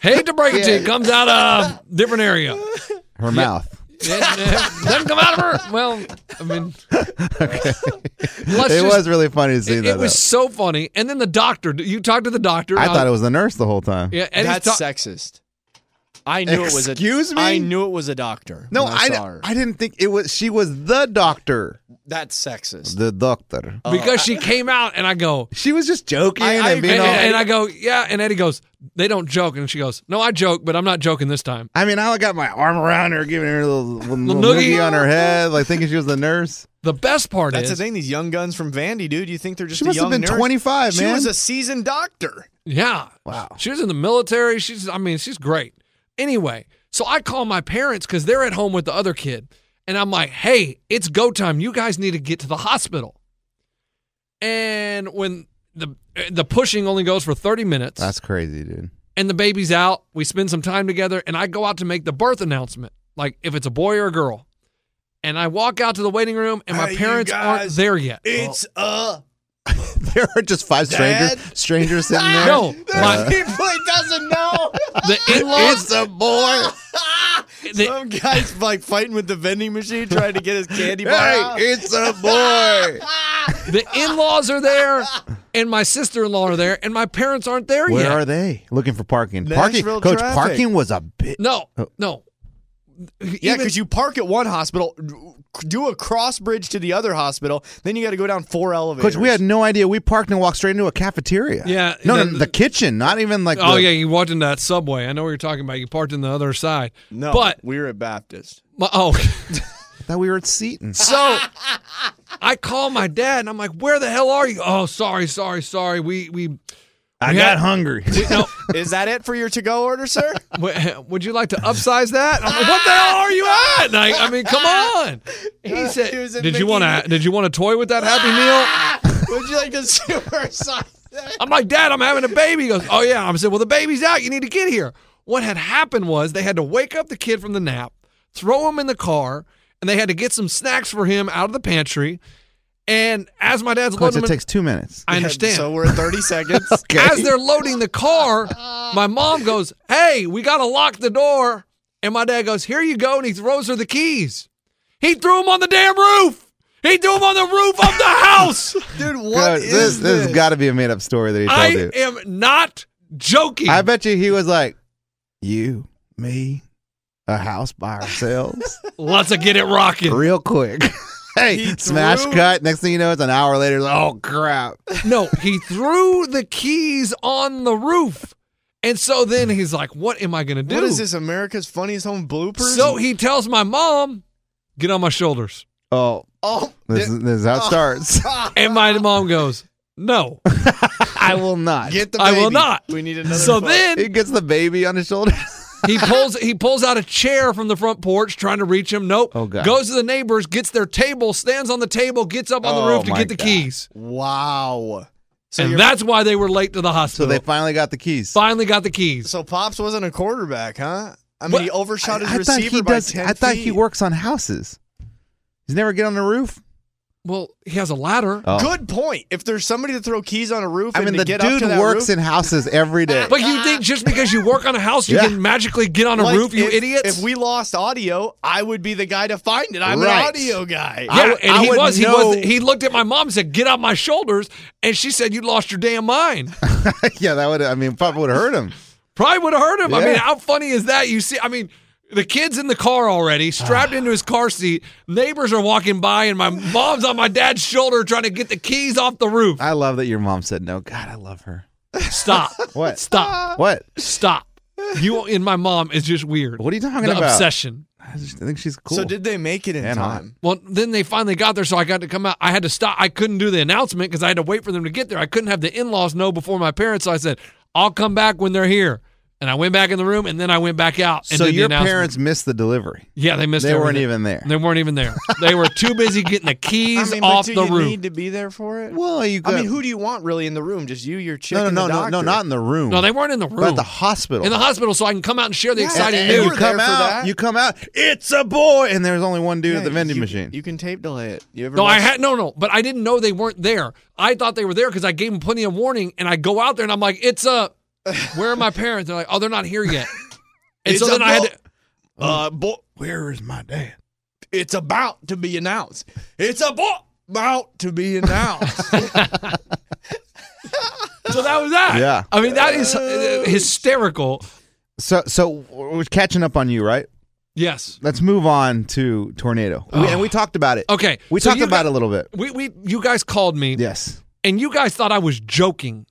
S3: Hate to break it to you, it comes out of
S2: *laughs*
S3: different area. It,
S2: Her mouth.
S3: it doesn't come out of her. Well, I mean, Let's
S2: it
S3: just-
S2: was really funny to see
S3: it,
S2: that.
S3: it was
S2: though.
S3: so funny. And then the doctor. You talked to the doctor.
S2: I thought it was the nurse the whole time.
S3: Yeah, and he's
S1: That's
S3: ta-
S1: sexist. I knew it was a.
S2: Excuse me?
S1: I knew it was a doctor.
S2: No,
S1: when
S2: I,
S1: saw her.
S2: I didn't think it was. She was the doctor.
S1: That's sexist.
S2: The doctor.
S3: because she came out, and I go.
S2: She was just joking
S1: I- I
S2: and being
S3: And,
S1: agree.
S2: all.
S3: and- and I go, yeah. And Eddie goes, they don't joke. And she goes, no, I joke, but I'm not joking this time.
S2: I mean, I got my arm around her, giving her a little, little,
S3: Little
S2: noogie.
S3: noogie.
S2: on her head, like thinking she was the nurse.
S3: The best part
S1: That's
S3: is,
S1: the thing. These young guns from Vandy, dude. You think they're just
S2: She
S1: a
S2: must have
S1: young
S2: been
S1: nurse?
S2: 25,
S1: She
S2: man.
S1: was a seasoned doctor.
S3: Yeah.
S2: Wow.
S3: She was in the military. She's, I mean, she's great. Anyway, so I call my parents because they're at home with the other kid. And I'm like, hey, it's go time. You guys need to get to the hospital. And when the the pushing only goes for 30 minutes
S2: That's crazy, dude.
S3: and the baby's out, we spend some time together, and I go out to make the birth announcement, like if it's a boy or a girl. And I walk out to the waiting room, and my
S1: Hey, you
S3: parents aren't
S1: guys,
S3: there yet.
S1: It's a
S2: There are just five strangers,
S1: Dad?
S2: strangers
S1: *laughs*
S2: sitting there.
S3: No,
S1: That people he
S3: *laughs*
S1: doesn't know.
S3: the in-laws,
S2: it's a boy.
S3: the-
S1: *laughs* Some guy's like fighting with the vending machine trying to get his candy bar.
S2: Hey,
S1: out.
S2: it's a boy.
S3: The in-laws are there, and my sister-in-law are there, and my parents aren't there
S2: Where
S3: yet.
S2: are they? Looking for parking.
S1: Nashville
S2: parking, coach.
S1: traffic.
S2: Parking was a bit.
S3: No, no.
S1: Yeah,
S3: Even-
S1: because you park at one hospital, do a cross bridge to the other hospital, then you got to go down four elevators.
S2: Coach, we had no idea. We parked and walked straight into a cafeteria.
S3: Yeah,
S2: No,
S3: the-
S2: no, the kitchen. Not even like.
S3: Oh
S2: the-
S3: yeah, you walked in that subway. I know what you're talking about. You parked in the other side.
S1: no,
S3: but
S1: we were at Baptist.
S3: my, oh, *laughs*
S2: That we were at Seton.
S3: so I call my dad and I'm like, "Where the hell are you?" Oh, sorry, sorry, sorry. We we.
S2: I
S3: We
S2: got
S3: had-
S2: hungry.
S3: we- *laughs* no,
S1: Is that it for your to-go order, sir?
S3: w- would you like to upsize that? I'm like, what the hell are you at? Like, I mean, come on. He said,
S1: *laughs* He was in
S3: "Did you want to?
S1: Mickey-
S3: Did you want to toy with that Happy Meal?"
S1: Would you like to *laughs* supersize that?
S3: I'm like, Dad, I'm having a baby. He goes, Oh yeah. I said, Well, the baby's out. You need to get here. What had happened was they had to wake up the kid from the nap, throw him in the car, and they had to get some snacks for him out of the pantry. And as my dad's
S2: Coach, it
S3: loading him, in-
S2: takes two minutes.
S3: *laughs*
S2: *laughs*
S3: I understand.
S1: So we're
S3: *laughs*
S1: at 30 seconds.
S3: As they're loading the car, my mom goes, Hey, we got to lock the door. And my dad goes, Here you go. And he throws her the keys. He threw them on the damn roof. He threw them on the roof
S2: *laughs*
S3: of the house.
S1: Dude, what
S2: Coach,
S1: is
S2: this, has got to be a made up story that he told
S3: I
S2: you.
S3: am not joking.
S2: I bet you he was like, you, me, a house by ourselves,
S3: Let's a get it rocking.
S2: *laughs* real quick. hey,
S1: *laughs* He
S2: smash
S1: threw-
S2: cut. Next thing you know, it's an hour later. Like, oh crap!
S3: No, he threw the keys on the roof. And so then he's like, What am I going to do?
S1: What is this, America's Funniest Home Bloopers?
S3: So he tells my mom, Get on my shoulders.
S2: Oh,
S1: oh,
S2: this, is, this is how it
S1: *laughs*
S2: starts. *laughs*
S3: And my mom goes, No.
S2: I will not.
S1: get the
S3: I
S1: baby.
S3: will not.
S1: We need another
S3: So
S1: vote.
S2: he
S3: then
S2: gets the baby on his shoulder. *laughs*
S3: he pulls he pulls out a chair from the front porch trying to reach him. Nope.
S2: Oh, God.
S3: Goes to the neighbors, gets their table, stands on the table, gets up on the
S2: Oh,
S3: roof to
S2: my
S3: get the
S2: God.
S3: keys.
S1: Wow. So
S3: and
S1: you're-
S3: that's why they were late to the
S2: So
S3: hospital.
S2: they finally got the keys.
S3: finally got the keys.
S1: So Pops wasn't a quarterback, huh? I mean,
S3: What?
S1: he overshot his
S2: I thought
S1: receiver
S2: he
S1: by
S2: does.
S1: ten
S2: I thought he
S1: feet.
S2: works on houses. He's never get on the roof.
S3: well, he has a ladder.
S2: Oh.
S1: Good point. If there's somebody to throw keys on a roof,
S2: I
S1: and
S2: mean,
S1: to
S2: the
S1: get
S2: dude
S1: up to that
S2: works in
S1: roof,
S2: houses every
S1: *laughs*
S2: day.
S3: But you think just because you work on a house, you
S2: Yeah.
S3: can magically get on a
S1: like,
S3: roof, you
S1: if,
S3: idiots?
S1: If we lost audio, I would be the guy to find it. I'm
S2: Right.
S1: an audio guy.
S3: yeah,
S2: I-
S3: and
S2: I
S3: he
S2: would
S3: was. He
S2: know-
S3: was. He looked at my mom and said, "Get out my shoulders," and she said, "You lost your damn mind."
S2: *laughs* yeah, that would. I mean, probably would have hurt him.
S3: Probably would have hurt him. I mean,
S2: Yeah.
S3: how funny is that? You see, I mean, the kid's in the car already, strapped into his car seat. Neighbors are walking by, and my mom's on my dad's shoulder trying to get the keys off the roof.
S2: I love that your mom said no. God, I love her.
S3: Stop.
S2: *laughs* What?
S1: Uh,
S3: Stop.
S2: What?
S3: Stop. You and my mom is just weird.
S2: What are you talking
S3: the
S2: about?
S3: obsession.
S2: I, just, I think she's cool.
S1: So did they make it in
S2: And hot.
S1: time?
S3: Well, then they finally got there, so I got to come out. I had to stop. I couldn't do the announcement because I had to wait for them to get there. I couldn't have the in laws know before my parents. So I said, I'll come back when they're here. And I went back in the room, and then I went back out. And
S2: so
S3: did the
S2: your
S3: announcement.
S2: parents missed the delivery.
S3: Yeah, they missed.
S2: They weren't
S3: everything.
S2: even there.
S3: They weren't even there. They were too
S2: *laughs*
S3: busy getting the
S1: I
S3: keys
S1: mean, but
S3: off
S1: do
S3: the
S1: you
S3: roof.
S1: need to be there for it?
S2: Well, you.
S1: I
S2: Got,
S1: mean, who do you want really in the room? Just you, your chick,
S2: No,
S1: and
S2: no,
S1: the
S2: no, no, no,
S1: doctor?
S2: not in the room.
S3: no, they weren't in the room.
S2: But at the hospital.
S3: in the hospital, so I can come out and share the
S1: Yeah,
S3: exciting
S2: And
S1: and- They
S2: you
S3: news.
S1: were
S2: come
S1: there for
S2: out.
S1: that.
S2: You come out. It's a boy, and there's only one dude
S1: Yeah,
S2: at the vending
S1: you-
S2: machine.
S1: You can tape delay it. You ever
S3: No, I
S1: watch-
S3: had no, no, but I didn't know they weren't there. I thought they were there because I gave them plenty of warning, and I go out there and I'm like, "It's a, where
S2: *laughs*
S3: are my parents?" They're like, "Oh, they're not here yet." And so
S1: It's
S3: then
S1: a
S3: I had
S1: bo-
S3: to,
S1: Uh, bo-
S2: Where is my dad?
S1: it's about to be announced. It's about about to
S2: *laughs*
S1: be announced.
S3: *laughs* so that was that.
S2: Yeah.
S3: I mean that is uh, hysterical.
S2: So, so we're catching up on you, right?
S3: Yes.
S2: Let's move on to tornado. We, and we talked about it.
S3: Oh. Okay,
S2: we
S3: so
S2: talked
S3: you
S2: about
S3: got-
S2: it a little bit.
S3: We we you guys called me
S2: Yes.
S3: and you guys thought I was joking.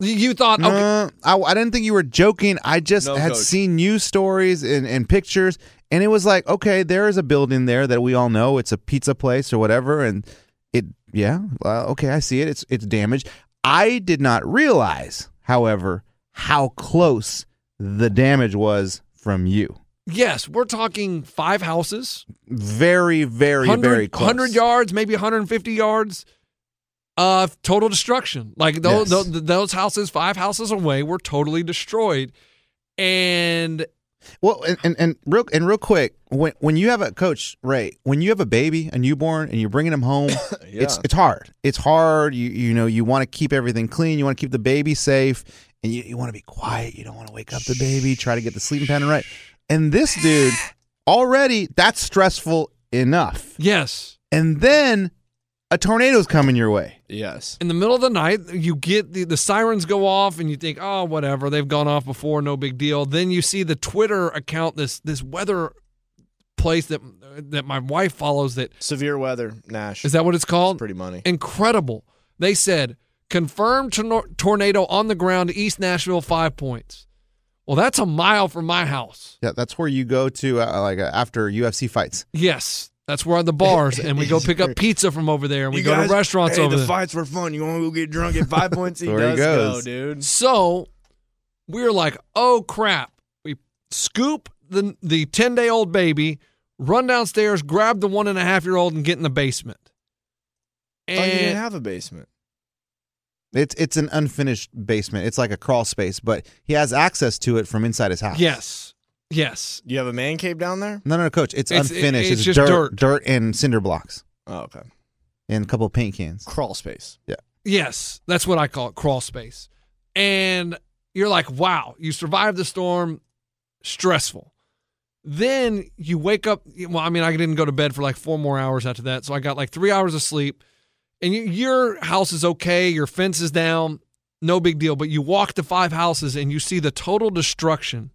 S3: You- You thought Uh, okay,
S2: No, I, I didn't think you were joking. I just
S1: No,
S2: had
S1: coach.
S2: seen news stories and, and pictures, and it was like, okay, there is a building there that we all know. It's a pizza place or whatever, and it, yeah, well, okay, I see it. It's it's damaged. I did not realize, however, how close the damage was from you.
S3: yes, we're talking five houses.
S2: Very, very, very close.
S3: 100 yards, maybe 150 yards of total destruction. Like those,
S2: Yes.
S3: those, those houses, five houses away, were totally destroyed. And
S2: Well, and, and, and real and real quick, when when you have a coach Ray, when you have a baby, a newborn, and you're bringing them
S1: *coughs*
S2: home, it's it's hard. It's hard. You you know you want to keep everything clean. You want to keep the baby safe, and you, you want to be quiet. You don't want to wake up the baby. Try to get the sleeping pattern right. And this dude already that's stressful enough.
S3: yes,
S2: And then a tornado's coming your way.
S1: yes.
S3: in the middle of the night, you get the, the sirens go off and you think, oh, whatever, they've gone off before, no big deal. Then you see the Twitter account, this this weather place that that my wife follows that
S1: Severe weather, Nash.
S3: is that what it's called?
S1: pretty money?
S3: incredible. They said confirmed tor- tornado on the ground, East Nashville, five points. Well, that's a mile from my house.
S2: Yeah, that's where you go to uh, like uh, after UFC fights.
S3: Yes, that's where the bars, and we go pick up pizza from over there, and we
S1: You
S3: go
S1: guys-
S3: to restaurants
S1: hey,
S3: over
S1: the
S3: there.
S1: fights were fun. You want to go get drunk at Five
S3: *laughs*
S1: Points? He
S2: There
S1: does
S2: he
S1: go,
S2: goes.
S1: dude.
S3: so we're like, oh crap! We scoop the the ten day old baby, run downstairs, grab the one and a half year old, and get in the basement.
S1: Oh, you didn't
S3: And
S1: have a basement.
S2: It's it's an unfinished basement. It's like a crawl space, but he has access to it from inside his house.
S3: yes, yes,
S1: You have a man cave down there?
S2: No, no, no coach. It's,
S3: It's- it-
S2: unfinished.
S3: it's
S2: it's
S3: just dirt.
S2: dirt, dirt, and cinder blocks,
S1: Oh, okay.
S2: and a couple of paint cans.
S1: Crawl space.
S3: Yes, that's what I call it, crawl space. And you're like, wow, you survived the storm, stressful. Then you wake up. Well, I mean, I didn't go to bed for like four more hours after that, so I got like three hours of sleep. And you, your house is okay, your fence is down, no big deal. But you walk to five houses and you see the total destruction,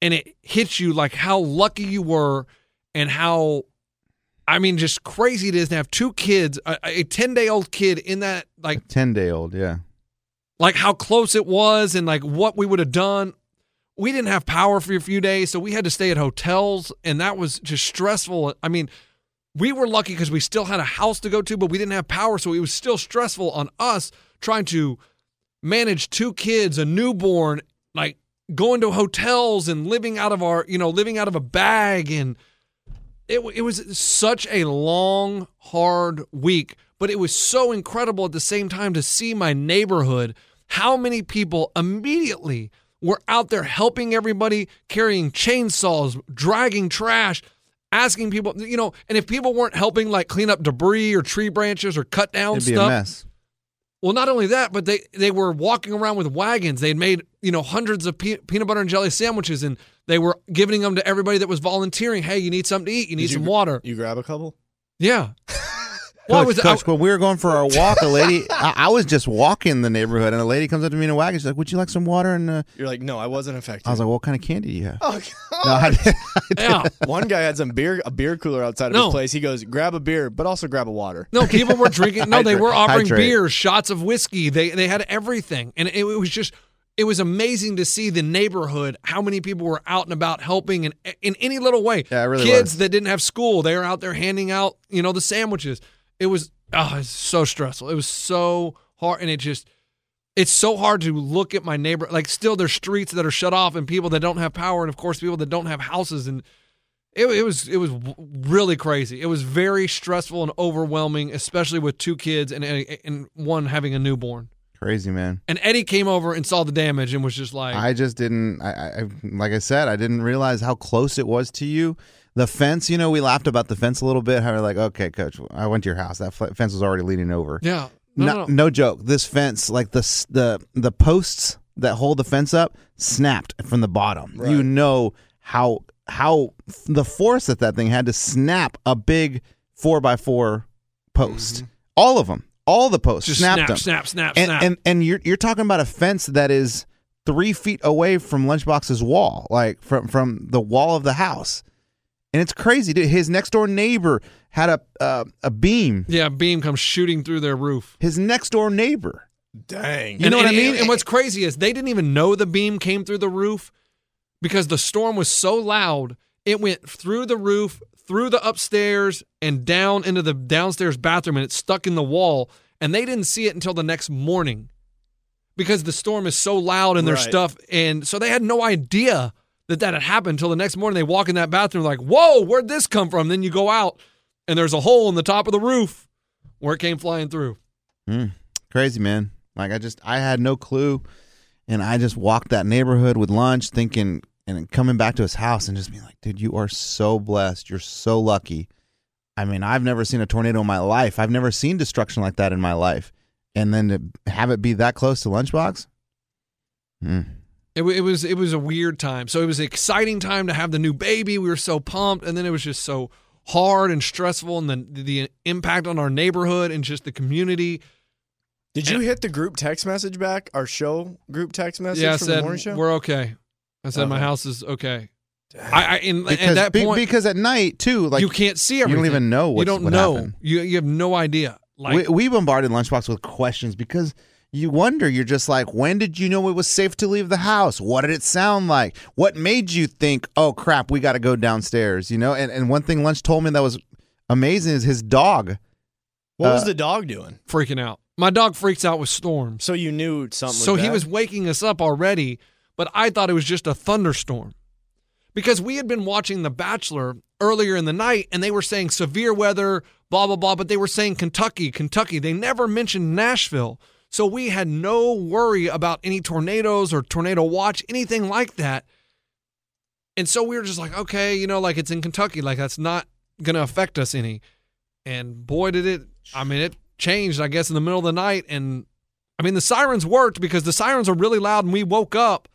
S3: and it hits you like how lucky you were, and how I mean, just crazy it is to have two kids, a, a ten day old kid in that, like,
S2: Ten day old, yeah.
S3: like how close it was, and like what we would have done. We didn't have power for a few days, so we had to stay at hotels, and that was just stressful. I mean, we were lucky because we still had a house to go to, but we didn't have power, so it was still stressful on us trying to manage two kids, a newborn, like going to hotels and living out of our, you know, living out of a bag and it, it was such a long, hard week. but it was so incredible at the same time to see my neighborhood, how many people immediately were out there helping everybody, carrying chainsaws, dragging trash, asking people, you know, and if people weren't helping like clean up debris or tree branches or cut down
S2: It'd be
S3: stuff.
S2: a mess.
S3: Well, not only that, but they they were walking around with wagons. They'd made you know hundreds of pe- peanut butter and jelly sandwiches, and they were giving them to everybody that was volunteering. Hey, you need something to eat? You need
S1: you
S3: some
S1: gr-
S3: water?
S1: You grab a couple?
S2: *laughs*
S3: Yeah.
S2: Coach,
S3: I was- I-
S2: Coach, when we were going for our walk, a lady, *laughs* I, I was just walking the neighborhood, and a lady comes up to me in a wagon. She's like, "Would you like some water?" And uh,
S1: You're like, no, I wasn't affected.
S2: I was like, "What kind of candy do you have?"
S1: Oh, God.
S2: *laughs* No, I didn't. *laughs*
S3: yeah.
S1: One guy had some beer, a beer cooler outside of
S3: No.
S1: his place. He goes, grab a beer, but also grab a water.
S3: No, people were drinking. No, they were
S2: Hydrate.
S3: offering
S2: Hydrate.
S3: beers, shots of whiskey. They they had everything, and it, it was just it was amazing to see the neighborhood. How many people were out and about helping in in any little way.
S2: Yeah, it really
S3: Kids
S2: was.
S3: that didn't have school, they were out there handing out you know the sandwiches. It was oh, it's so stressful. It was so hard, and it just it's so hard to look at my neighbor. Like still, there's streets that are shut off, and people that don't have power, and of course, people that don't have houses, and it, it was it was w- really crazy. It was very stressful and overwhelming, especially with two kids and and and one having a newborn.
S2: Crazy man.
S3: And Eddie came over and saw the damage and was just like,
S2: I just didn't. I, I I- like I said, I didn't realize how close it was to you. The fence, you know, we laughed about the fence a little bit. How we're like, okay, coach, I went to your house. That fl- fence was already leaning over.
S3: "Yeah, no,
S2: no,
S3: no, no.
S2: joke. This fence, like the s- the the posts that hold the fence up, snapped from the bottom. You know how how f- the force that that thing had to snap a big four by four post. All of them, all the posts
S3: Mm-hmm. just
S2: snapped
S3: snap,
S2: them.
S3: snap, snap,
S2: and,
S3: snap."
S2: and and you're you're talking about a fence that is three feet away from Lunchbox's wall, like from from the wall of the house. And it's crazy, dude. His next door neighbor had a uh, a beam.
S3: yeah, beam comes shooting through their roof.
S2: His next door neighbor.
S1: Dang.
S2: You know
S3: and,
S2: what
S3: and-
S2: I mean?
S3: And what's crazy is they didn't even know the beam came through the roof because the storm was so loud. It went through the roof, through the upstairs, and down into the downstairs bathroom, and it stuck in the wall. And they didn't see it until the next morning because the storm is so loud and their
S1: Right.
S3: stuff. And so they had no idea that that had happened until the next morning. They walk in that bathroom, like, whoa, where'd this come from? Then you go out, and there's a hole in the top of the roof where it came flying through.
S2: Mm, crazy man. Like I just I had no clue, and I just walked that neighborhood with lunch, thinking and then coming back to his house and just being like, dude, you are so blessed. You're so lucky. I mean, I've never seen a tornado in my life. I've never seen destruction like that in my life. And then to have it be that close to lunchbox. Mm.
S3: It, wa- it was it was a weird time. So it was an exciting time to have the new baby. We were so pumped, and then it was just so hard and stressful, and then the, the impact on our neighborhood and just the community.
S1: Did you hit the group text message back? Our show group text message
S3: yeah, I
S1: from the
S3: said
S1: morning show?
S3: we're okay. I said my
S1: Okay.
S3: house is okay. I, I and
S2: Because
S3: at that
S2: be-
S3: point
S2: because at night too, like
S3: you can't see
S2: you don't
S3: everything.
S2: even know
S3: you
S2: what's-
S3: don't
S2: what
S3: know.
S2: happened.
S3: You you have no idea. Like
S2: we, we bombarded lunchbox with questions because you wonder you're just like when did you know it was safe to leave the house what did it sound like what made you think oh crap we got to go downstairs you know and, and one thing lunch told me that was amazing is his dog
S1: what was
S2: uh,
S1: the dog doing?
S3: freaking out. My dog freaks out with storms.
S1: So you knew something.
S3: So he
S1: bad.
S3: was waking us up already, but I thought it was just a thunderstorm. Because we had been watching The Bachelor earlier in the night and they were saying severe weather, blah, blah, blah, but they were saying Kentucky, Kentucky. They never mentioned Nashville. So we had no worry about any tornadoes or tornado watch, anything like that. And so we were just like, okay, you know, like it's in Kentucky, like that's not going to affect us any. And boy, did it, I mean, it changed, I guess, in the middle of the night. And I mean, the sirens worked because the sirens are really loud and we woke up.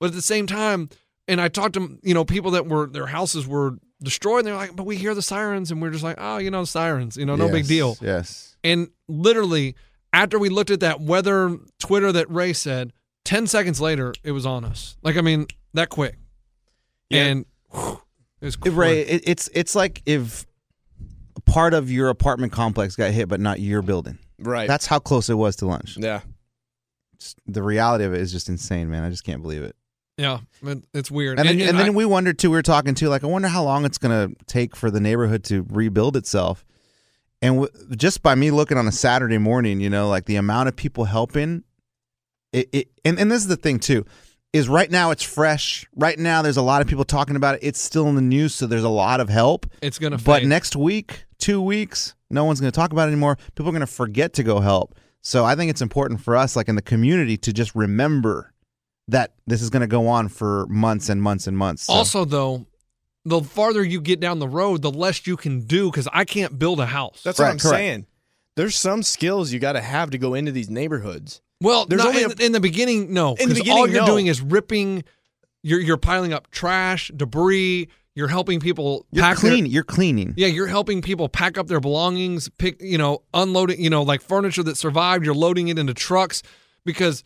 S3: But at the same time, and I talked to, you know, people that were, their houses were destroyed. And they're like, but we hear the sirens. And we're just like, oh, you know, sirens, you know, no big
S2: Yes,
S3: deal.
S2: yes
S3: And literally, after we looked at that weather Twitter that Ray said, 10 seconds later, it was on us. Like, I mean, that quick.
S1: Yeah.
S3: And whew, it was quick.
S2: Ray, it, it's it's like if part of your apartment complex got hit but not your building
S1: right.
S2: that's how close it was to lunch
S1: yeah.
S2: It's- the reality of it is just insane man i just can't believe it
S3: Yeah, it- it's weird.
S2: And, then, and,
S3: I-
S2: then we wondered too. We were talking too. Like, I wonder how long it's going to take for the neighborhood to rebuild itself. And w- just by me looking on a Saturday morning, you know, like the amount of people helping. It, it and, and this is the thing too, is right now it's fresh. Right now, there's a lot of people talking about it. It's still in the news, so there's a lot of help.
S3: it's gonna.
S2: But
S3: fade.
S2: next week, two weeks, no one's going to talk about it anymore. People are going to forget to go help. So I think it's important for us, like in the community, to just remember that this is going to go on for months and months and months. So-
S3: Also, though, the farther you get down the road, the less you can do because I can't build a house.
S1: That's
S2: Right,
S1: what I'm
S2: correct.
S1: saying. There's some skills you got to have to go into these neighborhoods.
S3: well,
S1: There's
S3: not-
S1: only a-
S3: in, in the beginning, no.
S1: In
S3: 'cause
S1: the beginning,
S3: all you're
S1: no.
S3: doing is ripping. You're you're piling up trash, debris. You're helping people
S2: you're
S3: pack their-
S2: clean. you're cleaning.
S3: Yeah, you're helping people pack up their belongings, pick, you know, unloading, you know, like furniture that survived, you're loading it into trucks because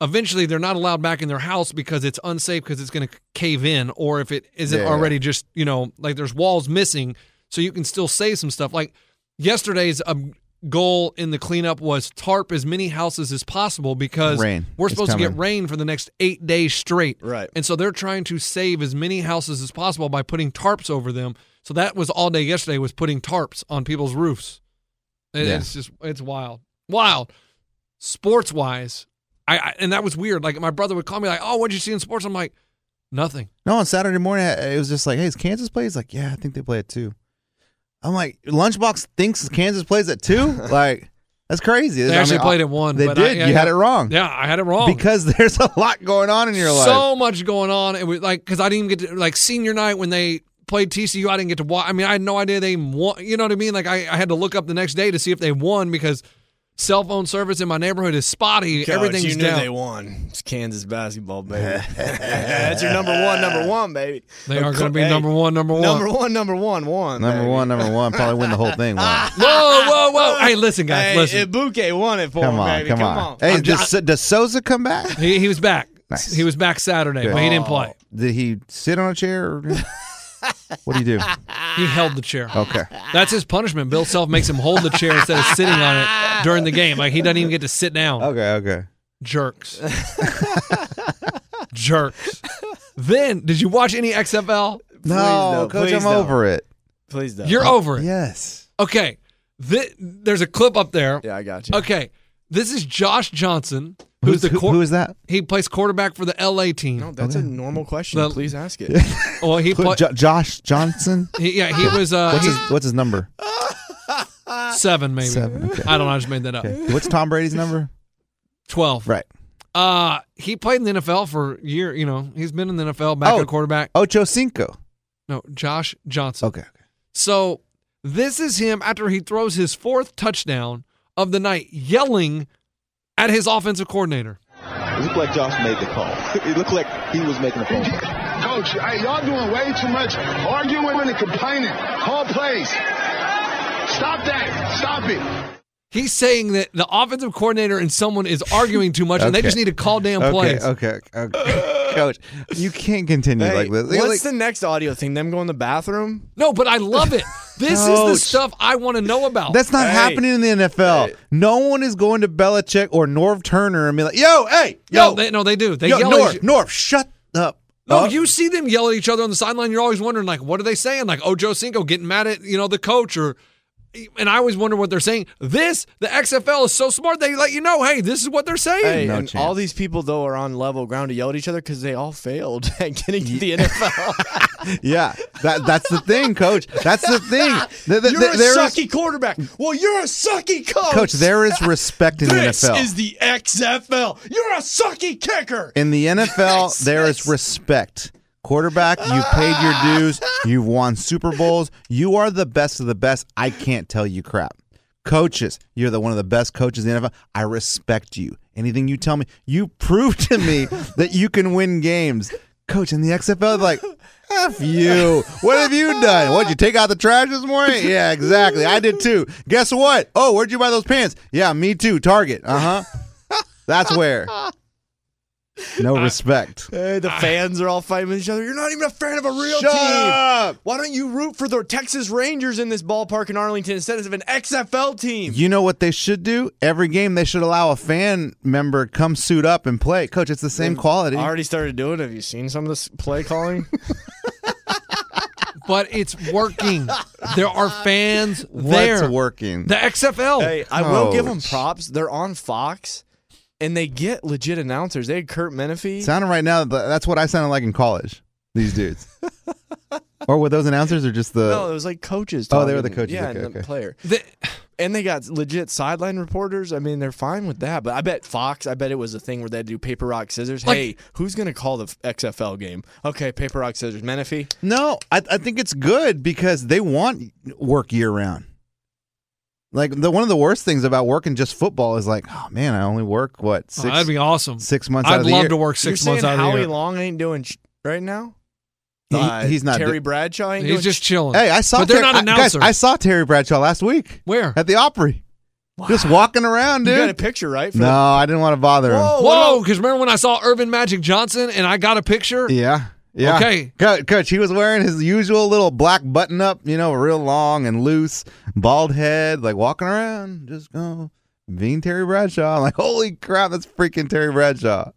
S3: eventually they're not allowed back in their house because it's unsafe because it's going to cave in or if it isn't
S2: Yeah.
S3: already just, you know, like there's walls missing so you can still save some stuff. Like yesterday's um, goal in the cleanup was tarp as many houses as possible because
S2: Rain.
S3: we're
S2: It's
S3: supposed to get
S2: coming.
S3: rain for the next 8 days straight.
S1: Right.
S3: And so they're trying to save as many houses as possible by putting tarps over them. So that was all day yesterday was putting tarps on people's roofs. It-
S2: Yeah.
S3: It's just it's wild, wild. Sports wise, I, I and that was weird. Like my brother would call me like, "Oh, what'd you see in sports?" I'm like, "Nothing."
S2: No, on Saturday morning, I- it was just like, hey, is Kansas play? He's like, yeah, I think they play at two. I'm like, Lunchbox thinks Kansas plays at
S3: *laughs*
S2: two? like, that's crazy.
S3: They
S2: I
S3: actually
S2: mean,
S3: played at one.
S2: They
S3: but I-
S2: did.
S3: yeah,
S2: you had
S3: yeah.
S2: it wrong.
S3: Yeah, I had it wrong
S2: Um, Because *laughs* there's a lot going on in your life.
S3: So much going on. It was like because I didn't even get to like senior night when they played TCU. I didn't get to watch. I mean, I had no idea they even won. You know what I mean? Like I, I had to look up the next day to see if they won because cell phone service in my neighborhood is spotty.
S1: Coach,
S3: Everything's
S1: you knew
S3: down.
S1: they won. It's Kansas basketball, *laughs* baby. That's your number one, number one, baby.
S3: They are going to be
S1: Hey,
S3: number one, number one.
S1: number one, number one, one.
S2: number
S1: baby.
S2: one, number one, probably win the whole thing.
S3: *laughs*
S2: Wow.
S3: Whoa, whoa,
S1: *laughs*
S3: whoa! Hey, listen, guys,
S1: Hey,
S3: listen.
S1: Ibuke won it for
S2: Come
S1: him,
S2: on,
S1: baby.
S2: come, on. Hey, does, does Souza come back?
S3: He, he was back.
S2: Nice.
S3: He was back Saturday,
S2: Good.
S3: but he didn't play.
S2: Did he sit on a *laughs* chair? Or... what do you do?
S3: He held the chair.
S2: Okay.
S3: That's his punishment. Bill Self makes him hold the chair instead of sitting on it during the game. Like he doesn't even get to sit
S2: *laughs*
S3: down.
S2: Okay, okay.
S3: Jerks. Jerks. Then, did you watch any XFL?
S2: No,
S1: don't,
S2: coach,
S1: please
S2: I'm
S1: don't.
S2: over it.
S1: Please don't.
S2: Uh,
S3: You're over it.
S2: Yes.
S3: Okay. Thi- there's a clip up there.
S1: yeah, I got you.
S3: Okay. This is Josh Johnson, who's, the
S2: who,
S3: quar-
S2: who is that?
S3: he plays quarterback for the LA team.
S1: No, that's a normal question.
S3: The-
S1: Please ask *laughs* it.
S3: Well, he, pla-
S2: Jo- Josh Johnson.
S3: he yeah, he was *laughs* uh
S2: What's
S3: he-
S2: his What's his number?
S3: seven maybe.
S2: Seven, okay.
S3: I don't know, I just made that up. *laughs*
S2: Okay. What's Tom Brady's number?
S3: Twelve.
S2: Right.
S3: Uh he played in the NFL for a year, you know, he's been in the NFL back
S2: Oh.
S3: at quarterback.
S2: Ocho Cinco.
S3: No, Josh Johnson.
S2: Okay.
S3: So this is him after he throws his fourth touchdown of the night, yelling at his offensive coordinator.
S5: It looked like Josh made the call. *laughs* It looked like he was making a phone call.
S6: Coach, hey, y'all doing way too much arguing and complaining. Call plays. Stop that. Stop it.
S3: He's saying that the offensive coordinator and someone is arguing too much, *laughs* and they
S2: Okay.
S3: just need to call damn
S2: Okay.
S3: plays.
S2: Okay. okay. coach, you can't continue
S1: Hey,
S2: like this.
S1: what's
S2: Like-
S1: the next audio thing? Them going to the bathroom?
S3: No, but I love it. This is the
S2: Coach.
S3: stuff I want to know about.
S2: that's not
S1: Hey.
S2: happening in the NFL. No one is going to Belichick or Norv Turner and be like, "Yo, hey, yo,
S3: no, they, no, they do. They
S2: yo,
S3: yell.
S2: Norv,
S3: at you.
S2: Norv, shut up."
S3: No,
S2: Uh,
S3: you see them yell at each other on the sideline. You're always wondering, like, what are they saying? Like, oh, Joe Cinco getting mad at you know the coach, or and I always wonder what they're saying. This the XFL is so smart they let you know, hey, this is what they're saying.
S1: Hey,
S2: No
S1: and
S2: chance.
S1: all these people though are on level ground to yell at each other because they all failed *laughs* at getting to the
S2: *laughs*
S1: NFL.
S2: Yeah, that that's the thing, coach. That's the
S3: *laughs*
S2: thing. The- the-
S1: you're
S2: the-
S1: a
S2: there is-
S1: sucky quarterback. Well, you're a sucky coach.
S2: coach, there is respect in the
S1: this
S2: NFL.
S1: is the XFL. You're a sucky kicker.
S2: in the NFL,
S1: *laughs* Yes,
S2: there is
S1: yes.
S2: respect. Quarterback, you paid your
S1: *laughs*
S2: dues. You've won Super Bowls. You are the best of the best. I can't tell you crap. Coaches, you're the one of the best coaches in the NFL. I respect you. Anything you tell me, you prove to
S1: *laughs*
S2: me that you can win games. Coach in the XFL, like, F you. What have you done? What, you take out the trash this morning? Yeah, exactly. I did too. Guess what? Oh, where'd you buy those pants? Yeah, me too. Target. Uh huh. That's where. No respect.
S1: Hey, the fans are all fighting with each other. You're not even a fan of a real
S2: Shut
S1: team.
S2: up!
S1: Why don't you root for the Texas Rangers in this ballpark in Arlington instead of an XFL team?
S2: You know what they should do? Every game they should allow a fan member come suit up and play. Coach, it's the same quality.
S1: I already started doing. it. Have you seen some of this play calling?
S3: but it's working. there are fans
S2: What's
S3: there.
S2: working?
S3: The XFL.
S1: Hey, I will give them
S2: Oh, Ouch.
S1: props. They're on Fox, and they get legit announcers. They had Kurt
S3: *laughs*
S1: Menefee.
S2: Sounding right now, th- that's what I sounded like in college. These dudes. or were those announcers or just the?
S1: no, it was like coaches.
S2: Oh, they were the coaches.
S1: talking. Yeah,
S2: Okay,
S1: and the
S2: okay.
S1: player. and they got legit sideline reporters. I mean, they're fine with that. But I bet Fox. I bet it was a thing where they do paper rock scissors.
S2: Like-
S1: hey, who's gonna call the XFL game? Okay, paper rock scissors. Menifee.
S2: No, I, I think it's good because they want work year round. Like the one of the worst things about working just football is like, oh man, I only work what
S3: Oh,
S2: six?
S3: that'd be awesome.
S2: Six months.
S3: I'd
S2: out of the
S3: love
S2: year.
S3: to work 6
S1: You're
S3: months
S1: saying
S3: out of the
S1: Howie
S3: year.
S1: Long ain't doing sh- right now.
S2: He-
S1: Uh,
S2: he's not.
S1: Terry
S2: do-
S1: Bradshaw. Ain't doing
S3: He's just
S1: sh-
S3: chilling.
S2: hey, I saw.
S3: But they're
S2: Terry-
S3: not
S2: I, guys,
S3: announcers.
S2: I saw Terry Bradshaw last week.
S3: Where?
S2: At the Opry, just walking around,
S1: You
S2: dude.
S1: got a picture, right? for
S2: no, I didn't want to bother him.
S1: Whoa,
S3: Whoa! Because remember when I saw Irvin Magic Johnson and I got a picture?
S2: Yeah. Yeah.
S3: Okay.
S2: Co- Coach, he was wearing his usual little black button up, you know, real long and loose, bald head, like walking around, just go being Terry Bradshaw. I'm like, holy crap, that's freaking Terry Bradshaw.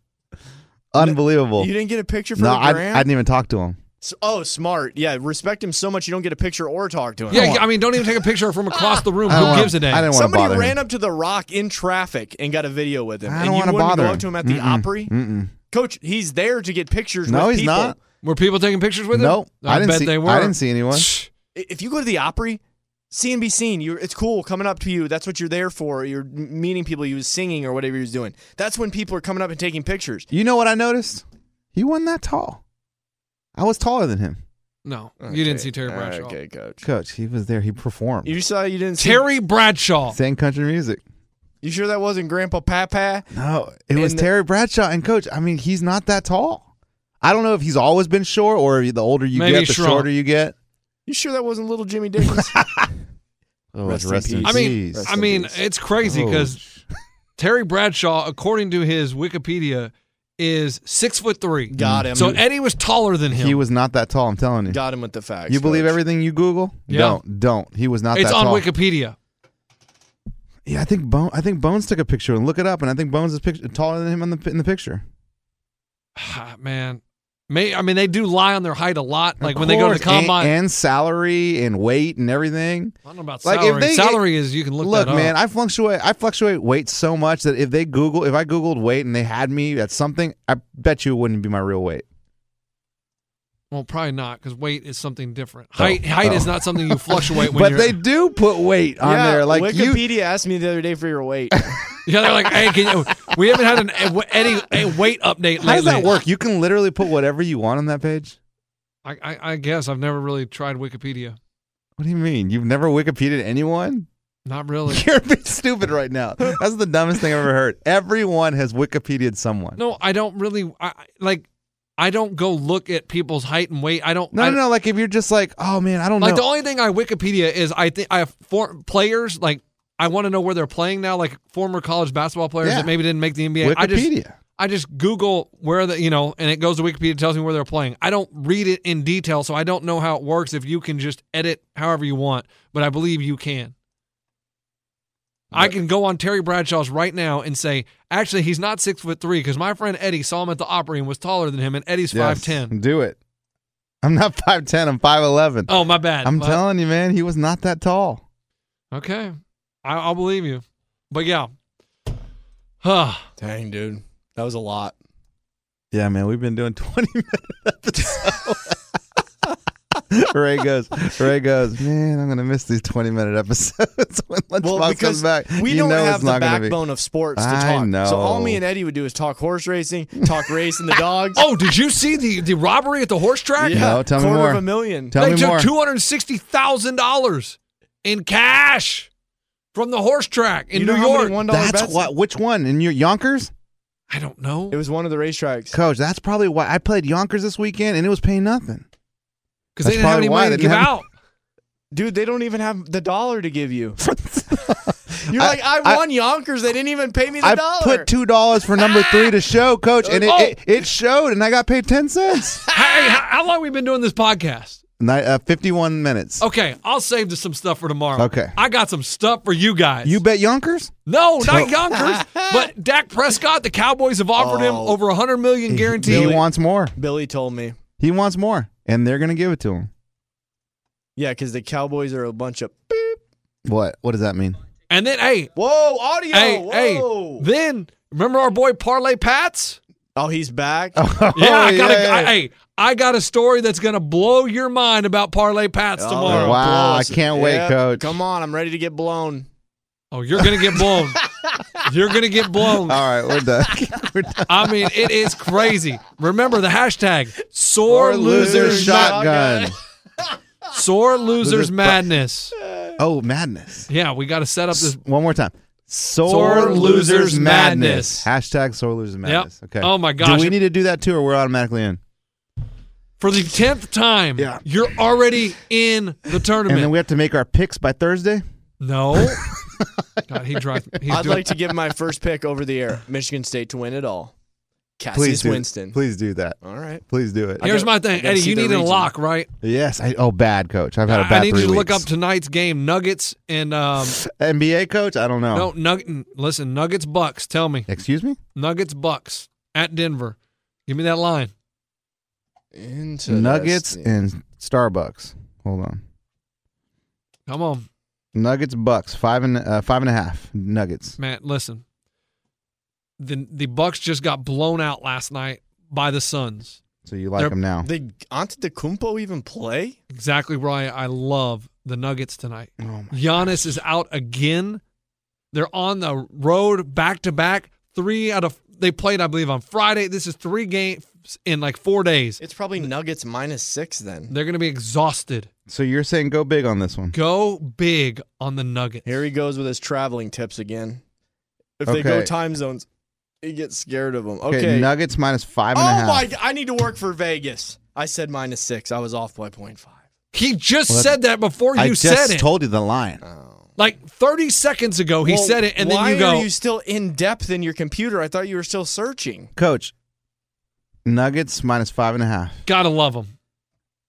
S2: Unbelievable.
S1: You didn't get a picture for
S2: no,
S1: the
S2: I,
S1: gram?
S2: I didn't even talk to him.
S1: S- oh, smart. Yeah, respect him so much you don't get a picture or talk to him.
S3: Yeah, I mean, don't even take a picture from across the room.
S2: I don't
S3: Who
S2: wanna-
S3: gives a damn?
S2: I didn't want to
S1: Somebody
S2: bother
S1: ran
S2: him.
S1: up to The Rock in traffic and got a video with him.
S2: I
S1: and
S2: don't
S1: you
S2: want to
S1: wouldn't
S2: bother
S1: go
S2: him.
S1: up to him at the
S2: Mm-mm.
S1: Opry?
S2: Mm-mm.
S1: Coach, he's there to get pictures
S2: No,
S1: with
S2: he's
S1: people.
S2: not.
S3: Were people taking pictures with him?
S2: Nope.
S3: I,
S2: I didn't
S3: bet
S2: see-
S3: they were.
S2: I didn't see anyone.
S1: I- If you go to the Opry, see and be seen. You're, it's cool coming up to you. That's what you're there for. You're m- meeting people. You was singing or whatever you was doing. That's when people are coming up and taking pictures.
S2: You know what I noticed? He wasn't that tall. I was taller than him.
S3: No, you didn't
S1: Okay.
S3: see Terry
S1: All right,
S3: Bradshaw.
S1: Okay, coach.
S2: Coach, he was there. He performed.
S1: You saw you didn't see.
S3: Terry Bradshaw.
S2: Sang country music.
S1: You sure that wasn't Grandpa Papa?
S2: No, it was
S1: And-
S2: Terry Bradshaw and Coach. I mean, he's not that tall. I don't know if he's always been short or the older you
S3: Maybe
S2: get, the
S3: shrunk.
S2: shorter you get.
S1: You sure that wasn't little
S2: *laughs*
S1: Jimmy Dickens?
S2: Oh,
S1: Rest
S2: rest,
S1: in
S2: in
S3: I
S1: peace.
S3: mean,
S2: peace.
S3: I mean,
S1: Jeez.
S3: it's crazy
S2: Oh.
S3: because Terry Bradshaw, according to his Wikipedia, is six foot three.
S1: Got him.
S3: So Eddie was taller than him.
S2: he was not that tall. I'm telling you.
S1: Got him with the facts.
S2: you believe
S1: coach.
S2: everything you Google?
S3: Yeah.
S2: Don't, don't. He was not
S3: it's
S2: that
S3: on
S2: tall.
S3: Wikipedia.
S2: Yeah, I think Bones. I think Bones took a picture and look it up, and I think Bones is pic- taller than him in the in the picture.
S3: Ah, Man, May, I mean, they do lie on their height a lot. Like when they go to the
S2: Of course, and-
S3: combine.
S2: and, salary and weight and everything.
S3: I don't know about
S2: Like, if
S3: salary.
S2: they get-
S3: salary is you can look,
S2: Look,
S3: that up.
S2: man, I fluctuate. I fluctuate weight so much that if they Google, if I Googled weight and they had me at something, I bet you it wouldn't be my real weight.
S3: well, probably not because weight is something different. Height height is not
S2: *laughs*
S3: something you fluctuate when
S2: Oh, but
S3: you're.
S2: they do put weight on
S1: yeah,
S2: there. Like
S1: Wikipedia asked me the other day for your
S2: *laughs*
S1: weight.
S3: *laughs* yeah, they're like, hey, can you, *laughs* we haven't had an Eddie a weight update
S2: you,
S3: lately.
S2: how does that work? You can literally put whatever you want on that page.
S3: I, I, I guess I've never really tried Wikipedia.
S2: What do you mean? You've never Wikipedia'd anyone? *laughs*
S3: Not really.
S2: You're being stupid right now. That's the dumbest thing I've ever heard. Everyone has Wikipedia'd someone. No,
S3: No, I don't really I, I- like. I don't go look at people's height and weight. I don't.
S2: no,
S3: I,
S2: no, Like if you're just like, oh man, I don't
S3: Like
S2: know.
S3: the only thing I Wikipedia is I think I have for players like I want to know where they're playing now, like former college basketball players
S2: Yeah.
S3: that maybe didn't make the NBA. I just
S2: Wikipedia.
S3: I just Google where the you know, and it goes to Wikipedia and tells me where they're playing. I don't read it in detail, so I don't know how it works. If you can just edit however you want, but I believe you can. I can go on Terry Bradshaw's right now and say, actually, he's not six foot three because my friend Eddie saw him at the Opry and was taller than him, and Eddie's
S2: Yes,
S3: five ten.
S2: Do it. I'm not five ten. I'm five eleven.
S3: Oh, my bad.
S2: I'm
S3: My-
S2: telling you, man, he was not that tall.
S3: Okay, I, I'll believe you. But yeah, huh?
S1: Dang, dude, that was a lot.
S2: Yeah, man, we've been doing *laughs* 20 minute episodes. *laughs* Ray goes, Ray goes, man, I'm gonna miss these 20 minute episodes *laughs* when Lunchbox
S1: Well, because
S2: comes back.
S1: we
S2: you
S1: don't
S2: know
S1: have
S2: it's
S1: the
S2: not gonna be-
S1: backbone of sports to
S2: I
S1: talk. So all
S2: know.
S1: me and Eddie would do is talk horse racing,
S2: *laughs*
S1: talk racing the dogs.
S3: Oh, did you see the the robbery at the horse track?
S1: yeah,
S2: Oh, No, tell me
S1: quarter
S2: more.
S1: of a million.
S2: Tell
S3: they
S2: me
S3: took
S2: more.
S3: two hundred sixty thousand dollars in cash from the horse track in
S1: You know
S3: New
S1: how many
S3: York.
S1: one dollar
S2: That's
S1: bets?
S2: what. Which one? In your Yonkers,
S3: I don't know.
S1: It was one of the racetracks.
S2: coach. That's probably why I played Yonkers this weekend and it was paying nothing. *laughs*
S3: Because they
S2: That's
S3: didn't
S2: probably
S3: have any
S2: why
S3: money
S2: they
S3: to give
S2: didn't have- *laughs*
S3: out.
S1: Dude, they don't even have the dollar to give you. You're like, I,
S2: I-
S1: won Yonkers. They didn't even pay me the
S2: I
S1: dollar.
S2: put two dollars for number three to show, coach, and it,
S3: Oh.
S2: it, it showed, and I got paid ten
S1: *laughs*
S2: cents.
S3: Hey, how, how long have we been doing this podcast?
S2: Ni- uh, Fifty-one minutes.
S3: Okay, I'll save this some stuff for tomorrow.
S2: Okay.
S3: I got some stuff for you guys.
S2: You bet Yonkers.
S3: no,
S2: *laughs*
S3: not Yonkers, but Dak Prescott. The Cowboys have offered him
S1: Oh.
S3: over a hundred million guaranteed.
S2: He, he wants more.
S1: Billy told me.
S2: He wants more, and they're gonna give it to him.
S1: Yeah, because the Cowboys are a bunch of.
S2: What? What does that mean?
S3: And then, hey,
S1: Whoa, audio.
S3: hey, hey,
S1: whoa.
S3: then remember our boy Parlay Pats?
S1: Oh, he's back.
S3: *laughs* Yeah, I got
S1: Oh, yeah,
S3: a, I,
S1: yeah.
S3: hey, I got a story that's gonna blow your mind about Parlay Pats
S1: Oh,
S3: tomorrow.
S2: wow, I can't wait,
S1: Yeah,
S2: coach.
S1: Come on, I'm ready to get blown.
S3: Oh, you're gonna get
S1: *laughs*
S3: blown. you're gonna get blown.
S2: All right, we're
S3: *laughs*
S2: done.
S3: I mean, it is crazy. Remember the hashtag sore
S2: loser
S3: losers
S2: shotgun.
S3: Sore losers
S2: Losers-
S3: madness.
S2: Oh, madness.
S3: Yeah, we got to set up this.
S2: One more time.
S3: Sore losers madness.
S2: Hashtag sore losers madness. Okay.
S3: Oh my
S2: Do
S3: gosh.
S2: we need to do that too, or we're automatically in?
S3: For the tenth time, yeah. you're already in the
S2: And
S3: tournament.
S2: then we have to make our picks by Thursday.
S3: no. God, he drives. He's
S1: I'd
S3: doing-
S1: like to give my first pick over the air. Winston State to win it all.
S2: Please
S1: Cassius
S2: do,
S1: Winston.
S2: Please do that.
S1: All right.
S2: Please do it.
S3: Here's my
S1: I
S3: thing,
S1: gotta
S3: Eddie.
S1: see
S3: You
S1: the
S3: need a
S1: region.
S3: lock, right?
S2: Yes. I, oh, bad coach. I've had a
S3: I
S2: bad
S3: need
S2: three
S3: you to look
S2: weeks.
S3: up tonight's game: Nuggets and um,
S2: NBA coach. I don't know.
S3: no Nugget. Listen, Nuggets Bucks. Tell me,
S2: Excuse me.
S3: Nuggets Bucks at Denver. Give me that line.
S1: Interesting.
S2: Nuggets and Starbucks. Hold on.
S3: Come on,
S2: Nuggets Bucks five and uh, five and a half Nuggets.
S3: Matt. Listen, the the Bucks just got blown out last night by the Suns.
S2: So you like
S3: They're-
S2: them now?
S1: Did Antetokounmpo even play?
S3: Exactly right. I love the Nuggets tonight.
S2: Oh my-
S3: Giannis is out again. They're on the road back to back. Three out of they played, I believe, on Friday. This is three games in like four days.
S1: It's probably Nuggets minus six then.
S3: They're going to be exhausted.
S2: So you're saying go big on this one?
S3: Go big on the Nuggets.
S1: Here he goes with his traveling tips again. If they go
S2: Okay.
S1: time zones, he gets scared of them.
S2: Okay.
S1: Okay.
S2: Nuggets minus five and a
S1: oh
S2: half.
S1: my! g- I need to work for Vegas. I said minus six. I was off by point five.
S3: He just
S2: Well,
S3: said that before you
S2: I just
S3: said it.
S2: told you the line.
S3: like 30 seconds ago, Oh, he
S1: Well,
S3: said it, and then
S1: why
S3: you go,
S1: Are you still in depth in your computer? I thought you were still searching.
S2: Coach, Nuggets minus five and a half.
S3: gotta love him.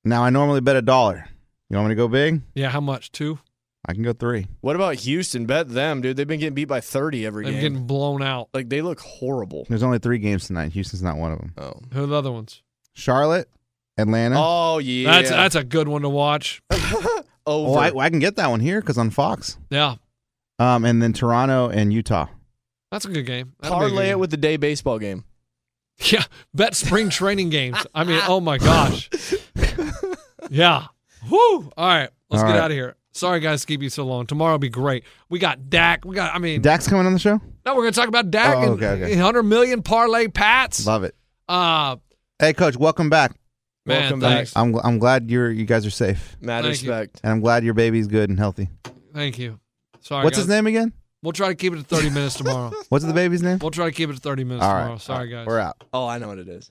S2: Now I normally bet a dollar. You want me to go big?
S3: Yeah, how much? Two?
S2: I can go three.
S1: What about Houston? Bet them, dude. They've been getting beat by thirty every
S3: They're
S1: game.
S3: getting blown out.
S1: Like they look horrible.
S2: There's only three games tonight. Houston's not one of them.
S1: Oh,
S3: Who are the other ones?
S2: Charlotte, Atlanta.
S1: oh yeah.
S3: That's that's a good one to watch.
S1: over.
S2: Oh, I, I can get that one here because on Fox.
S3: Yeah,
S2: Um, and then Toronto and Utah.
S3: that's a good game. That'll be a good
S1: Parlay
S3: game.
S1: it with the day baseball game.
S3: *laughs* Yeah, bet spring training games. I mean, oh my
S1: *laughs*
S3: gosh. yeah. Woo. All right, let's
S2: All
S3: get
S2: right.
S3: out of here. Sorry, guys, to keep you so long. Tomorrow will be great. We got Dak. We got. I mean,
S2: Dak's coming on the show.
S3: no, we're gonna talk about Dak
S2: Oh, okay,
S3: and
S2: okay.
S3: 100 million parlay Pats.
S2: Love it.
S3: Uh,
S2: Hey, Coach, welcome back.
S3: man,
S1: Welcome back.
S3: thanks.
S2: I'm gl- I'm glad you're you guys are safe,
S1: Mad
S3: Thank you.
S1: respect.
S2: and I'm glad your baby's good and healthy.
S3: Thank you. Sorry.
S2: What's
S3: guys.
S2: his name again?
S3: We'll try to keep it to 30 minutes
S2: *laughs*
S3: tomorrow.
S2: What's the baby's name?
S3: We'll try to keep it to 30 minutes
S2: All
S3: tomorrow.
S2: right.
S3: Sorry, guys.
S2: We're out.
S1: Oh, I know what it is.